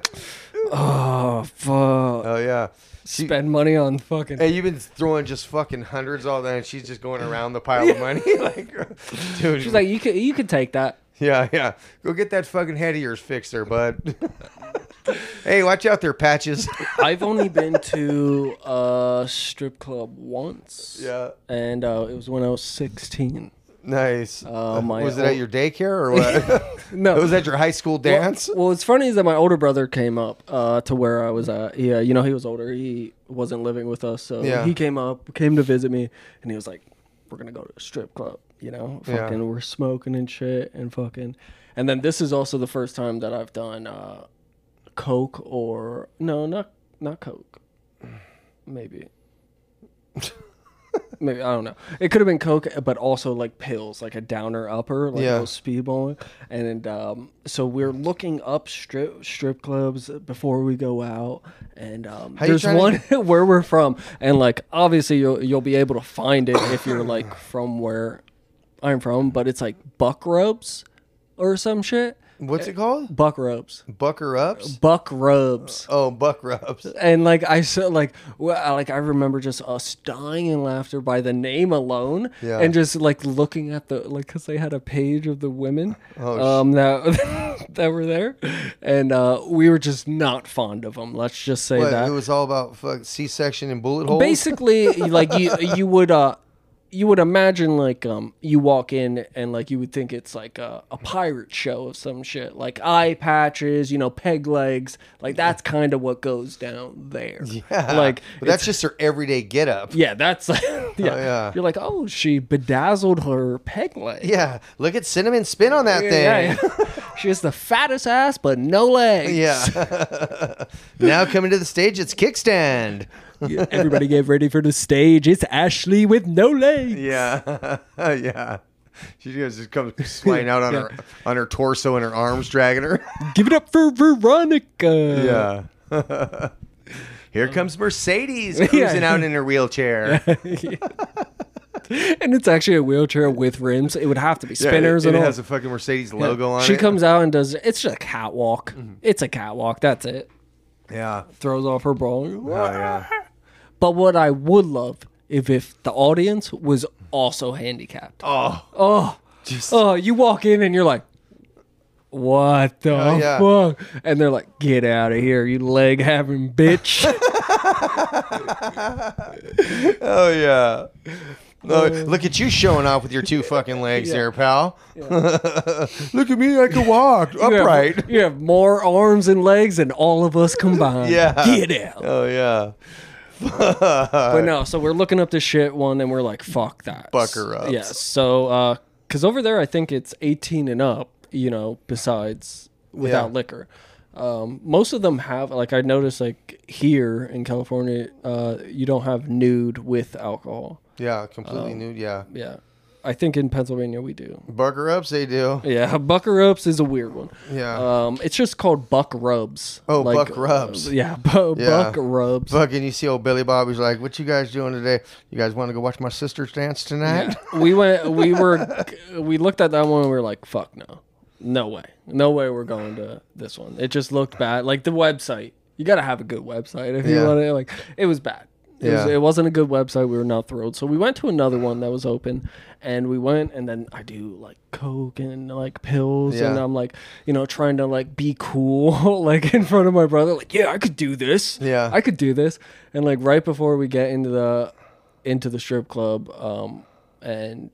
[SPEAKER 1] oh fuck.
[SPEAKER 2] Oh yeah. She,
[SPEAKER 1] Spend money on fucking.
[SPEAKER 2] hey, you've been throwing just fucking hundreds all day, and she's just going around the pile of money. like, dude.
[SPEAKER 1] She's like you could you could take that.
[SPEAKER 2] yeah, yeah. Go get that fucking head of yours fixed, there, bud. hey, watch out there, patches.
[SPEAKER 1] I've only been to a strip club once.
[SPEAKER 2] yeah.
[SPEAKER 1] and uh, it was when I was 16.
[SPEAKER 2] Nice.
[SPEAKER 1] Uh, my
[SPEAKER 2] was it at
[SPEAKER 1] old-
[SPEAKER 2] your daycare or what?
[SPEAKER 1] No,
[SPEAKER 2] was at your high school dance.
[SPEAKER 1] Well, what's funny is that my older brother came up uh, to where I was at. Yeah, you know, he was older. He wasn't living with us, so
[SPEAKER 2] Yeah.
[SPEAKER 1] he came up, came to visit me, and he was like, "We're gonna go to a strip club." You know,
[SPEAKER 2] Yeah.
[SPEAKER 1] fucking, we're smoking and shit, and fucking, and then this is also the first time that I've done uh, coke or no, not not coke, maybe. Maybe I don't know. It could have been coke, but also like pills, like a downer upper, like
[SPEAKER 2] Yeah.
[SPEAKER 1] those speedballing. And um, so we're looking up strip strip clubs before we go out. And um,
[SPEAKER 2] you
[SPEAKER 1] there's
[SPEAKER 2] trying to-
[SPEAKER 1] one where we're from, and like obviously you'll you'll be able to find it if you're like from where I'm from, but it's like buck rubs or some shit.
[SPEAKER 2] What's it called?
[SPEAKER 1] Buck rubs.
[SPEAKER 2] Bucker ups.
[SPEAKER 1] Buck rubs.
[SPEAKER 2] Oh, buck rubs.
[SPEAKER 1] And like I said, like well, I- like I remember just us dying in laughter by the name alone,
[SPEAKER 2] Yeah.
[SPEAKER 1] and just like looking at the like because they had a page of the women
[SPEAKER 2] Oh,
[SPEAKER 1] um that that were there, and uh, we were just not fond of them. Let's just say
[SPEAKER 2] What,
[SPEAKER 1] that
[SPEAKER 2] it was all about fuck C-section and bullet holes.
[SPEAKER 1] basically like you you would uh you would imagine like um you walk in and like you would think it's like a, a pirate show of some shit like eye patches you know peg legs like that's kind of what goes down there
[SPEAKER 2] Yeah.
[SPEAKER 1] like
[SPEAKER 2] but that's just their everyday get up.
[SPEAKER 1] yeah that's yeah.
[SPEAKER 2] yeah.
[SPEAKER 1] you're like oh she bedazzled her peg leg
[SPEAKER 2] Yeah, look at cinnamon spin on that
[SPEAKER 1] yeah,
[SPEAKER 2] thing.
[SPEAKER 1] yeah. she has the fattest ass but no legs
[SPEAKER 2] Yeah. now coming to the stage, it's kickstand.
[SPEAKER 1] Yeah, everybody get ready for the stage it's ashley with no legs
[SPEAKER 2] Yeah, yeah. She just just comes flying out on her on her torso and her arms dragging her.
[SPEAKER 1] give it up for veronica
[SPEAKER 2] Yeah. Uh-huh. Here comes Mercedes cruising out in her wheelchair.
[SPEAKER 1] And it's actually a wheelchair with rims. It would have to be spinners
[SPEAKER 2] it, it
[SPEAKER 1] and all.
[SPEAKER 2] has a fucking Mercedes logo on
[SPEAKER 1] she
[SPEAKER 2] it. Mm-hmm.
[SPEAKER 1] comes out and does it's just a catwalk. It's a catwalk. That's it.
[SPEAKER 2] Yeah.
[SPEAKER 1] Throws off her bra.
[SPEAKER 2] Oh, yeah.
[SPEAKER 1] But what I would love if if the audience was also handicapped.
[SPEAKER 2] Oh.
[SPEAKER 1] Oh, oh, you walk in and you're like, what the
[SPEAKER 2] yeah.
[SPEAKER 1] fuck? And they're like, get out of here, you leg having bitch.
[SPEAKER 2] Oh yeah. Look- look at you showing off with your two fucking legs
[SPEAKER 1] Yeah.
[SPEAKER 2] there, pal. look at me, I can walk
[SPEAKER 1] You have-
[SPEAKER 2] upright.
[SPEAKER 1] You have more arms and legs than all of us combined.
[SPEAKER 2] Yeah.
[SPEAKER 1] Get out.
[SPEAKER 2] Oh yeah.
[SPEAKER 1] But no, so we're looking up this shit one and we're like, fuck that.
[SPEAKER 2] Fuck her ups.
[SPEAKER 1] Yes. So, uh, cause over there, I think it's 18 and up, you know, besides without
[SPEAKER 2] Yeah.
[SPEAKER 1] liquor. Um, most of them have, like, I noticed, like, here in California, uh, you don't have nude with alcohol.
[SPEAKER 2] Yeah,
[SPEAKER 1] Um,
[SPEAKER 2] completely nude. Yeah,
[SPEAKER 1] Yeah. I think in Pennsylvania we do.
[SPEAKER 2] bucker ups they do.
[SPEAKER 1] Yeah. Bucker ups is a weird one.
[SPEAKER 2] Yeah,
[SPEAKER 1] Um, it's just called buck rubs.
[SPEAKER 2] Oh, buck rubs.
[SPEAKER 1] uh, yeah, bu-
[SPEAKER 2] Yeah.
[SPEAKER 1] buck rubs.
[SPEAKER 2] fucking. You see old Billy Bobby's like, "What you guys doing today? You guys want to go watch my sister's dance tonight?"
[SPEAKER 1] Yeah. we went. We were. We looked at that one. and We were like, "Fuck no, no way, no way, we're going to this one." It just looked bad. Like the website. You gotta have a good website if you
[SPEAKER 2] Yeah.
[SPEAKER 1] want to. Like it was bad. It, was,
[SPEAKER 2] Yeah.
[SPEAKER 1] it wasn't a good website. We were not thrilled. So we went to another one that was open, and we went. And then I do like coke and like pills, and
[SPEAKER 2] Yeah.
[SPEAKER 1] I'm like, you know, trying to like be cool, like in front of my brother. Like, yeah, I could do this.
[SPEAKER 2] Yeah.
[SPEAKER 1] I could do this. And like right before we get into the into the strip club, um, and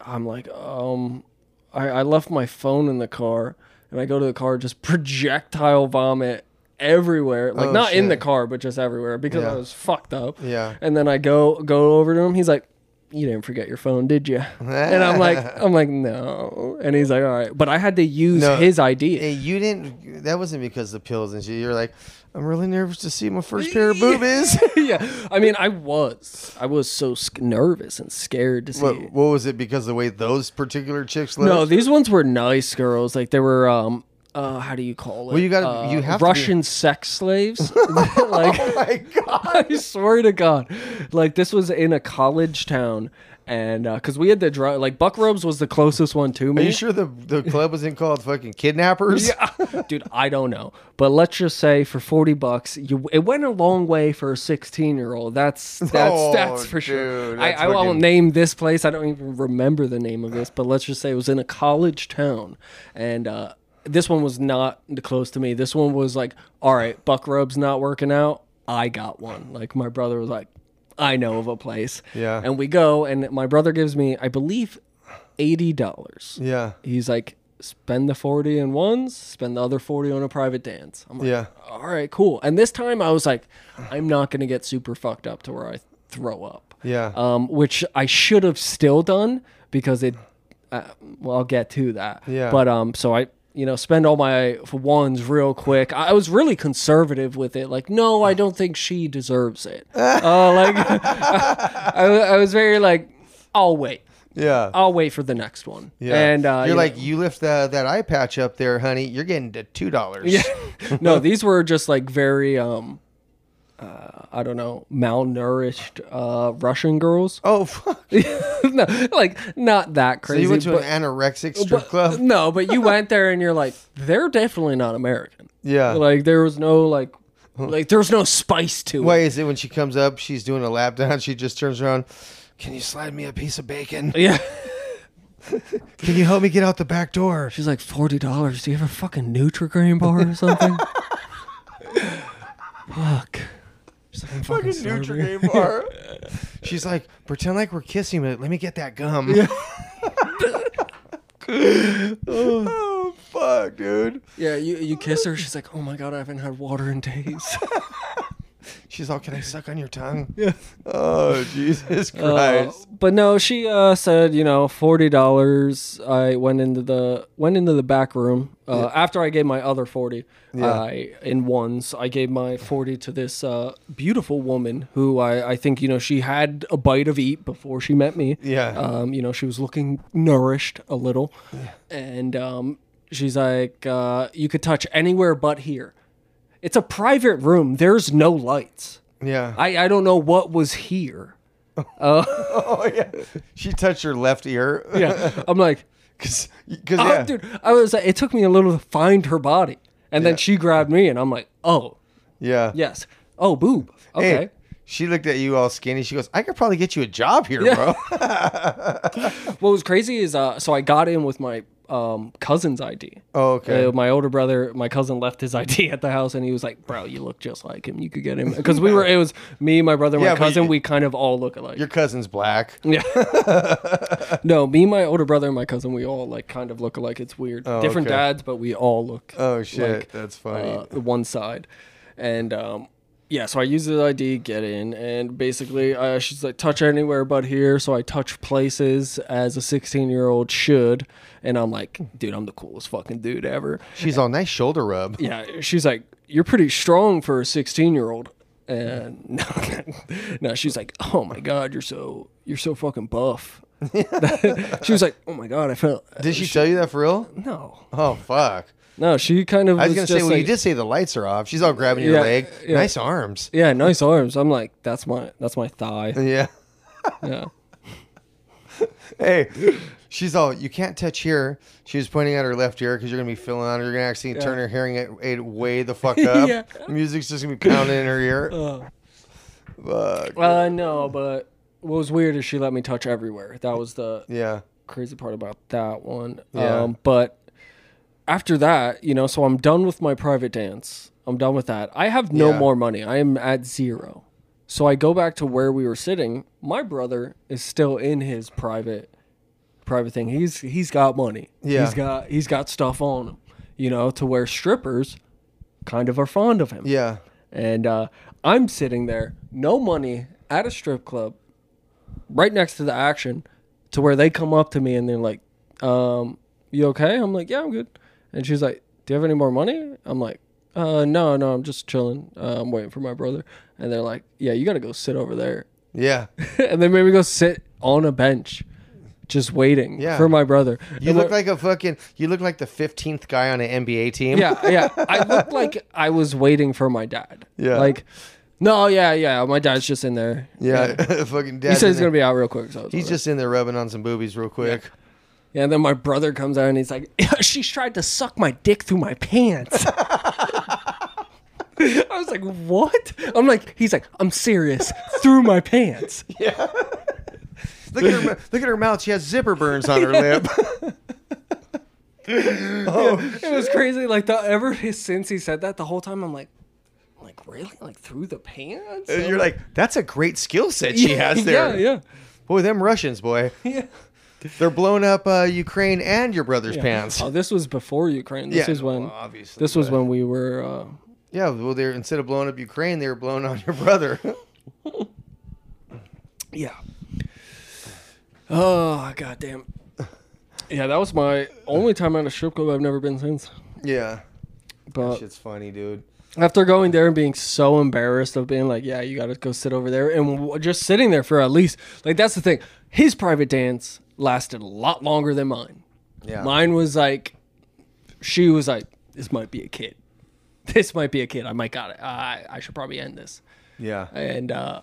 [SPEAKER 1] I'm like, um, I, I left my phone in the car, and I go to the car, just projectile vomit everywhere. Like
[SPEAKER 2] Oh,
[SPEAKER 1] not in the
[SPEAKER 2] shit.
[SPEAKER 1] car, but just everywhere because I
[SPEAKER 2] Yeah.
[SPEAKER 1] was fucked up.
[SPEAKER 2] Yeah.
[SPEAKER 1] And then I go go over to him. He's like. You didn't forget your phone, did you? And I'm like, I'm like, no. And he's like, all right. But I had to use
[SPEAKER 2] No.
[SPEAKER 1] his ID.
[SPEAKER 2] Hey, you didn't. That wasn't because of the pills and shit. You're like, I'm really nervous to see my first pair of boobies.
[SPEAKER 1] yeah, I mean, I was, I was so sc- nervous and scared to see.
[SPEAKER 2] what, what was it? Because of the way those particular chicks look.
[SPEAKER 1] no, these ones were nice girls. Like they were, um, uh, how do you call it?
[SPEAKER 2] Well, you gotta-
[SPEAKER 1] Uh,
[SPEAKER 2] you have to be-
[SPEAKER 1] Russian sex slaves. like,
[SPEAKER 2] Oh my god.
[SPEAKER 1] I swear to God, like this was in a college town, and because we had the drive, like Buckrobes was the closest one to me.
[SPEAKER 2] Are you sure the the club wasn't called fucking kidnappers?
[SPEAKER 1] Yeah. dude, I don't know, but let's just say for forty bucks, you it went a long way for a sixteen-year-old. That's that's
[SPEAKER 2] Oh,
[SPEAKER 1] that's for sure.
[SPEAKER 2] dude,
[SPEAKER 1] I,
[SPEAKER 2] that's
[SPEAKER 1] I won't
[SPEAKER 2] fucking-
[SPEAKER 1] name this place. I don't even remember the name of this, but let's just say it was in a college town, and uh, this one was not close to me. This one was like, all right, Buck Rub's not working out. I got one. Like my brother was like, I know of a place.
[SPEAKER 2] Yeah.
[SPEAKER 1] and we go, and my brother gives me, I believe, eighty dollars
[SPEAKER 2] Yeah.
[SPEAKER 1] he's like spend the 40 in ones spend the other 40 on a private dance i'm like
[SPEAKER 2] Yeah.
[SPEAKER 1] all right cool and this time i was like i'm not gonna get super fucked up to where i throw up
[SPEAKER 2] Yeah.
[SPEAKER 1] um which i should have still done because it uh, well i'll get to that
[SPEAKER 2] Yeah.
[SPEAKER 1] but um so i you know spend all my ones real quick i I was really conservative with it like no i don't think she deserves it uh, like I, I was very like i'll wait
[SPEAKER 2] yeah.
[SPEAKER 1] i'll wait for the next one
[SPEAKER 2] Yeah.
[SPEAKER 1] uh, and uh
[SPEAKER 2] you're
[SPEAKER 1] you
[SPEAKER 2] like,
[SPEAKER 1] know-
[SPEAKER 2] you lift the, that eye patch up there, honey. You're getting to two dollars.
[SPEAKER 1] Yeah. no, these were just like very um uh, I don't know, malnourished uh Russian girls.
[SPEAKER 2] Oh, fuck. So
[SPEAKER 1] no, like not that crazy.
[SPEAKER 2] you went to
[SPEAKER 1] but-
[SPEAKER 2] an anorexic strip
[SPEAKER 1] but-
[SPEAKER 2] club?
[SPEAKER 1] No, but you went there and you're like, they're definitely not American.
[SPEAKER 2] Yeah.
[SPEAKER 1] Like there was no like like there was no spice to
[SPEAKER 2] Why is it when she comes up, she's doing a lap down, she just turns around, can you slide me a piece of bacon?
[SPEAKER 1] it. Yeah.
[SPEAKER 2] Can you help me get out the back door?
[SPEAKER 1] She's like forty dollars. Do you have a fucking Nutrigrain bar or something? Fuck. She's like, "I'm fucking starving."
[SPEAKER 2] bar. She's like, pretend like we're kissing, but let me get that gum. oh, fuck, dude.
[SPEAKER 1] Yeah, you, you kiss her. She's like, oh my god, I haven't had water in days.
[SPEAKER 2] She's all, can I suck on your tongue? Yeah. Oh, Jesus
[SPEAKER 1] Uh,
[SPEAKER 2] Christ.
[SPEAKER 1] but no, she uh, said, you know, forty dollars. I went into the went into the back room uh, after I gave my other forty. I in ones. I gave my forty to this uh, beautiful woman who I, I think you know she had a bite of eat before she met me.
[SPEAKER 2] Yeah.
[SPEAKER 1] Um, you know she was looking nourished a little, and um, she's like, uh, you could touch anywhere but here. It's a private room. There's no lights.
[SPEAKER 2] yeah.
[SPEAKER 1] I, I don't know what was here.
[SPEAKER 2] oh, yeah. She touched her left ear.
[SPEAKER 1] yeah. I'm like,
[SPEAKER 2] Because,
[SPEAKER 1] oh,
[SPEAKER 2] yeah.
[SPEAKER 1] dude, I was. It took me a little to find her body, and then she grabbed me, and I'm like, oh,
[SPEAKER 2] Yeah.
[SPEAKER 1] yes, oh, boob,
[SPEAKER 2] Hey,
[SPEAKER 1] okay.
[SPEAKER 2] she looked at you all skinny. She goes, I could probably get you a job here, bro.
[SPEAKER 1] What was crazy is, uh, so I got in with my um, cousin's ID.
[SPEAKER 2] Oh, okay.
[SPEAKER 1] Uh, my older brother, my cousin left his ID at the house, and he was like, "Bro, you look just like him. You could get him." Because we were, it was me, my brother, my
[SPEAKER 2] Yeah, but
[SPEAKER 1] cousin.
[SPEAKER 2] you-
[SPEAKER 1] we kind of all look alike.
[SPEAKER 2] Your cousin's black.
[SPEAKER 1] Yeah. no, me, my older brother, and my cousin, we all like kind of look alike. It's weird.
[SPEAKER 2] Oh,
[SPEAKER 1] Different
[SPEAKER 2] okay.
[SPEAKER 1] dads, but we all look.
[SPEAKER 2] Oh shit,
[SPEAKER 1] like,
[SPEAKER 2] that's funny.
[SPEAKER 1] uh, the one side, and um, yeah. So I use the ID, get in, and basically uh, she's like touch anywhere but here. So I touch places as a 16 year old should, and I'm like, dude, I'm the coolest fucking dude ever.
[SPEAKER 2] She's all nice shoulder rub.
[SPEAKER 1] Yeah, she's like, you're pretty strong for a 16 year old. And no, no, she's like, oh my god, you're so you're so fucking buff. she was like, oh my god, I felt.
[SPEAKER 2] Did she tell you that for real?
[SPEAKER 1] No,
[SPEAKER 2] Oh fuck.
[SPEAKER 1] no, she kind of.
[SPEAKER 2] I was gonna
[SPEAKER 1] just
[SPEAKER 2] say, well,
[SPEAKER 1] like,
[SPEAKER 2] you did say the lights are off. She's all grabbing your
[SPEAKER 1] Yeah,
[SPEAKER 2] leg.
[SPEAKER 1] yeah.
[SPEAKER 2] Nice arms.
[SPEAKER 1] Yeah, nice arms. I'm like, that's my that's my thigh.
[SPEAKER 2] Yeah.
[SPEAKER 1] Yeah.
[SPEAKER 2] Hey, she's all, you can't touch here. She was pointing at her left ear because you're going to be feeling on her. You're going to actually turn her hearing aid- aid way the fuck up.
[SPEAKER 1] Yeah.
[SPEAKER 2] Music's just going to be pounding in her ear. Fuck.
[SPEAKER 1] Uh no, but what was weird is she let me touch everywhere. That was the
[SPEAKER 2] Yeah.
[SPEAKER 1] crazy part about that one.
[SPEAKER 2] Yeah.
[SPEAKER 1] Um, but after that, you know, so I'm done with my private dance. I'm done with that. I have no
[SPEAKER 2] Yeah.
[SPEAKER 1] more money. I am at zero. So I go back to where we were sitting. My brother is still in his private private thing. He's he's got money.
[SPEAKER 2] Yeah.
[SPEAKER 1] He's got he's got stuff on him, you know, to where strippers kind of are fond of him.
[SPEAKER 2] Yeah.
[SPEAKER 1] And uh, I'm sitting there, no money, at a strip club, right next to the action, to where they come up to me and they're like, um, "You okay?" I'm like, "Yeah, I'm good." And she's like, "Do you have any more money?" I'm like, "Uh, no, no, I'm just chilling. Uh, I'm waiting for my brother." And they're like, "Yeah, you gotta go sit over there."
[SPEAKER 2] Yeah.
[SPEAKER 1] and they made me go sit on a bench, just waiting
[SPEAKER 2] Yeah.
[SPEAKER 1] for my brother.
[SPEAKER 2] You
[SPEAKER 1] And
[SPEAKER 2] look
[SPEAKER 1] they're-
[SPEAKER 2] like a fucking, you look like the 15th guy on an NBA team.
[SPEAKER 1] yeah, yeah. I looked like I was waiting for my dad.
[SPEAKER 2] Yeah.
[SPEAKER 1] Like, no, yeah, yeah. My dad's just in there.
[SPEAKER 2] Yeah. fucking dad.
[SPEAKER 1] He said he's gonna be out real quick. So I was
[SPEAKER 2] He's
[SPEAKER 1] like-
[SPEAKER 2] just in there rubbing on some boobies real quick.
[SPEAKER 1] yeah. And then my brother comes out and he's like, "She's tried to suck my dick through my pants." I was like, "What?" I'm like, he's like, "I'm serious, through my pants."
[SPEAKER 2] Look at her. Look at her mouth. She has zipper burns on her lip.
[SPEAKER 1] It was crazy. Like the ever since he said that, the whole time I'm like, I'm like really, like through the pants.
[SPEAKER 2] And you're like, that's a great skill set she has there.
[SPEAKER 1] Yeah, yeah,
[SPEAKER 2] Boy, them Russians, boy,
[SPEAKER 1] yeah.
[SPEAKER 2] they're blowing up uh, Ukraine and your brother's
[SPEAKER 1] Yeah.
[SPEAKER 2] pants.
[SPEAKER 1] Oh, this was before Ukraine. This
[SPEAKER 2] Yeah,
[SPEAKER 1] is when
[SPEAKER 2] well, obviously,
[SPEAKER 1] this was
[SPEAKER 2] but-
[SPEAKER 1] when we were. Uh,
[SPEAKER 2] Yeah, well, they're instead of blowing up Ukraine, they were blowing on your brother.
[SPEAKER 1] yeah. Oh goddamn. Yeah, that was my only time at a strip club I've never been since.
[SPEAKER 2] yeah,
[SPEAKER 1] But
[SPEAKER 2] shit's funny, dude.
[SPEAKER 1] after going there and being so embarrassed of being like, yeah, you gotta go sit over there, and w- just sitting there for at least like that's the thing. His private dance lasted a lot longer than mine.
[SPEAKER 2] Yeah,
[SPEAKER 1] Mine was like, she was like, this might be a kid. This might be a kid. I might got it. I I should probably end this.
[SPEAKER 2] yeah,
[SPEAKER 1] and uh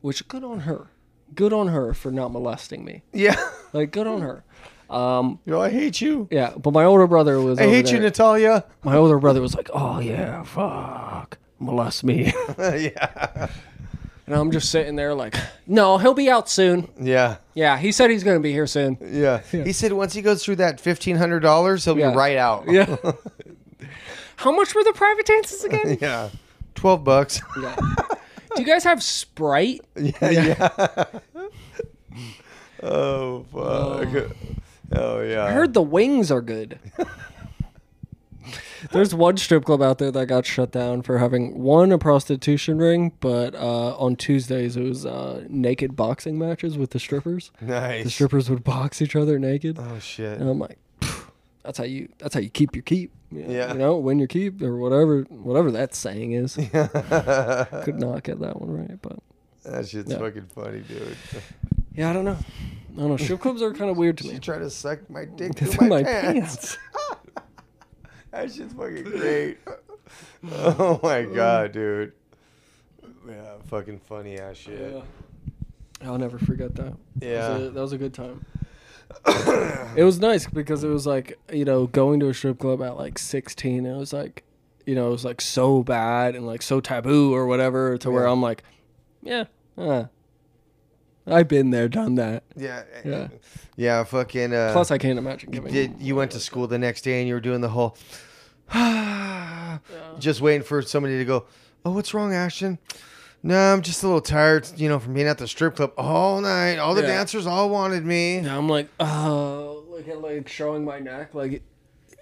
[SPEAKER 1] which good on her good on her for not molesting me
[SPEAKER 2] yeah.
[SPEAKER 1] like good on her
[SPEAKER 2] Yo, I hate you.
[SPEAKER 1] yeah but my older brother was
[SPEAKER 2] I
[SPEAKER 1] over
[SPEAKER 2] hate you,
[SPEAKER 1] there.
[SPEAKER 2] Natalia.
[SPEAKER 1] my older brother was like oh yeah fuck molest me
[SPEAKER 2] yeah,
[SPEAKER 1] and i'm just sitting there like no he'll be out soon
[SPEAKER 2] yeah,
[SPEAKER 1] yeah he said he's gonna be here soon
[SPEAKER 2] yeah. He said once he goes through that fifteen hundred dollars, he'll
[SPEAKER 1] Yeah.
[SPEAKER 2] be right out.
[SPEAKER 1] yeah how much were the private dances again
[SPEAKER 2] yeah. Twelve bucks.
[SPEAKER 1] yeah. do you guys have sprite
[SPEAKER 2] yeah, yeah. oh fuck. Oh yeah.
[SPEAKER 1] I heard the wings are good. There's one strip club out there that got shut down for having one a prostitution ring, but uh, on Tuesdays it was uh, naked boxing matches with the strippers. The
[SPEAKER 2] nice.
[SPEAKER 1] strippers would box each other naked,
[SPEAKER 2] Oh shit.
[SPEAKER 1] and I'm like, "Phew, that's how you that's how you keep your keep. You know,
[SPEAKER 2] Yeah.
[SPEAKER 1] you know, win your keep or whatever whatever that saying is. Could not get that one right, but
[SPEAKER 2] That shit's
[SPEAKER 1] Yeah.
[SPEAKER 2] fucking funny, dude.
[SPEAKER 1] yeah, I don't know. I don't know. Strip clubs are kind of weird to
[SPEAKER 2] You
[SPEAKER 1] me.
[SPEAKER 2] try to suck my dick
[SPEAKER 1] Through
[SPEAKER 2] through
[SPEAKER 1] my
[SPEAKER 2] my, pants.
[SPEAKER 1] pants.
[SPEAKER 2] That shit's fucking great. oh my god, dude. Yeah, fucking funny ass shit.
[SPEAKER 1] Yeah. I'll never forget that. That was
[SPEAKER 2] Yeah.
[SPEAKER 1] a, that was a good time. it was nice because it was like, you know, going to a strip club at like 16, it was like, you know, it was like so bad and like so taboo or whatever to where
[SPEAKER 2] Yeah.
[SPEAKER 1] I'm like, yeah, uh, I've been there, done that.
[SPEAKER 2] Yeah.
[SPEAKER 1] Yeah.
[SPEAKER 2] Yeah. Fucking. Uh,
[SPEAKER 1] Plus, I can't imagine giving.
[SPEAKER 2] did you went to school the next day and you were doing the whole, just waiting for somebody to go. Oh, what's wrong, Ashton? No, I'm just a little tired. You know, from being at the strip club all night. All the
[SPEAKER 1] Yeah.
[SPEAKER 2] dancers all wanted me.
[SPEAKER 1] Now I'm like, oh, like at like showing my neck, like,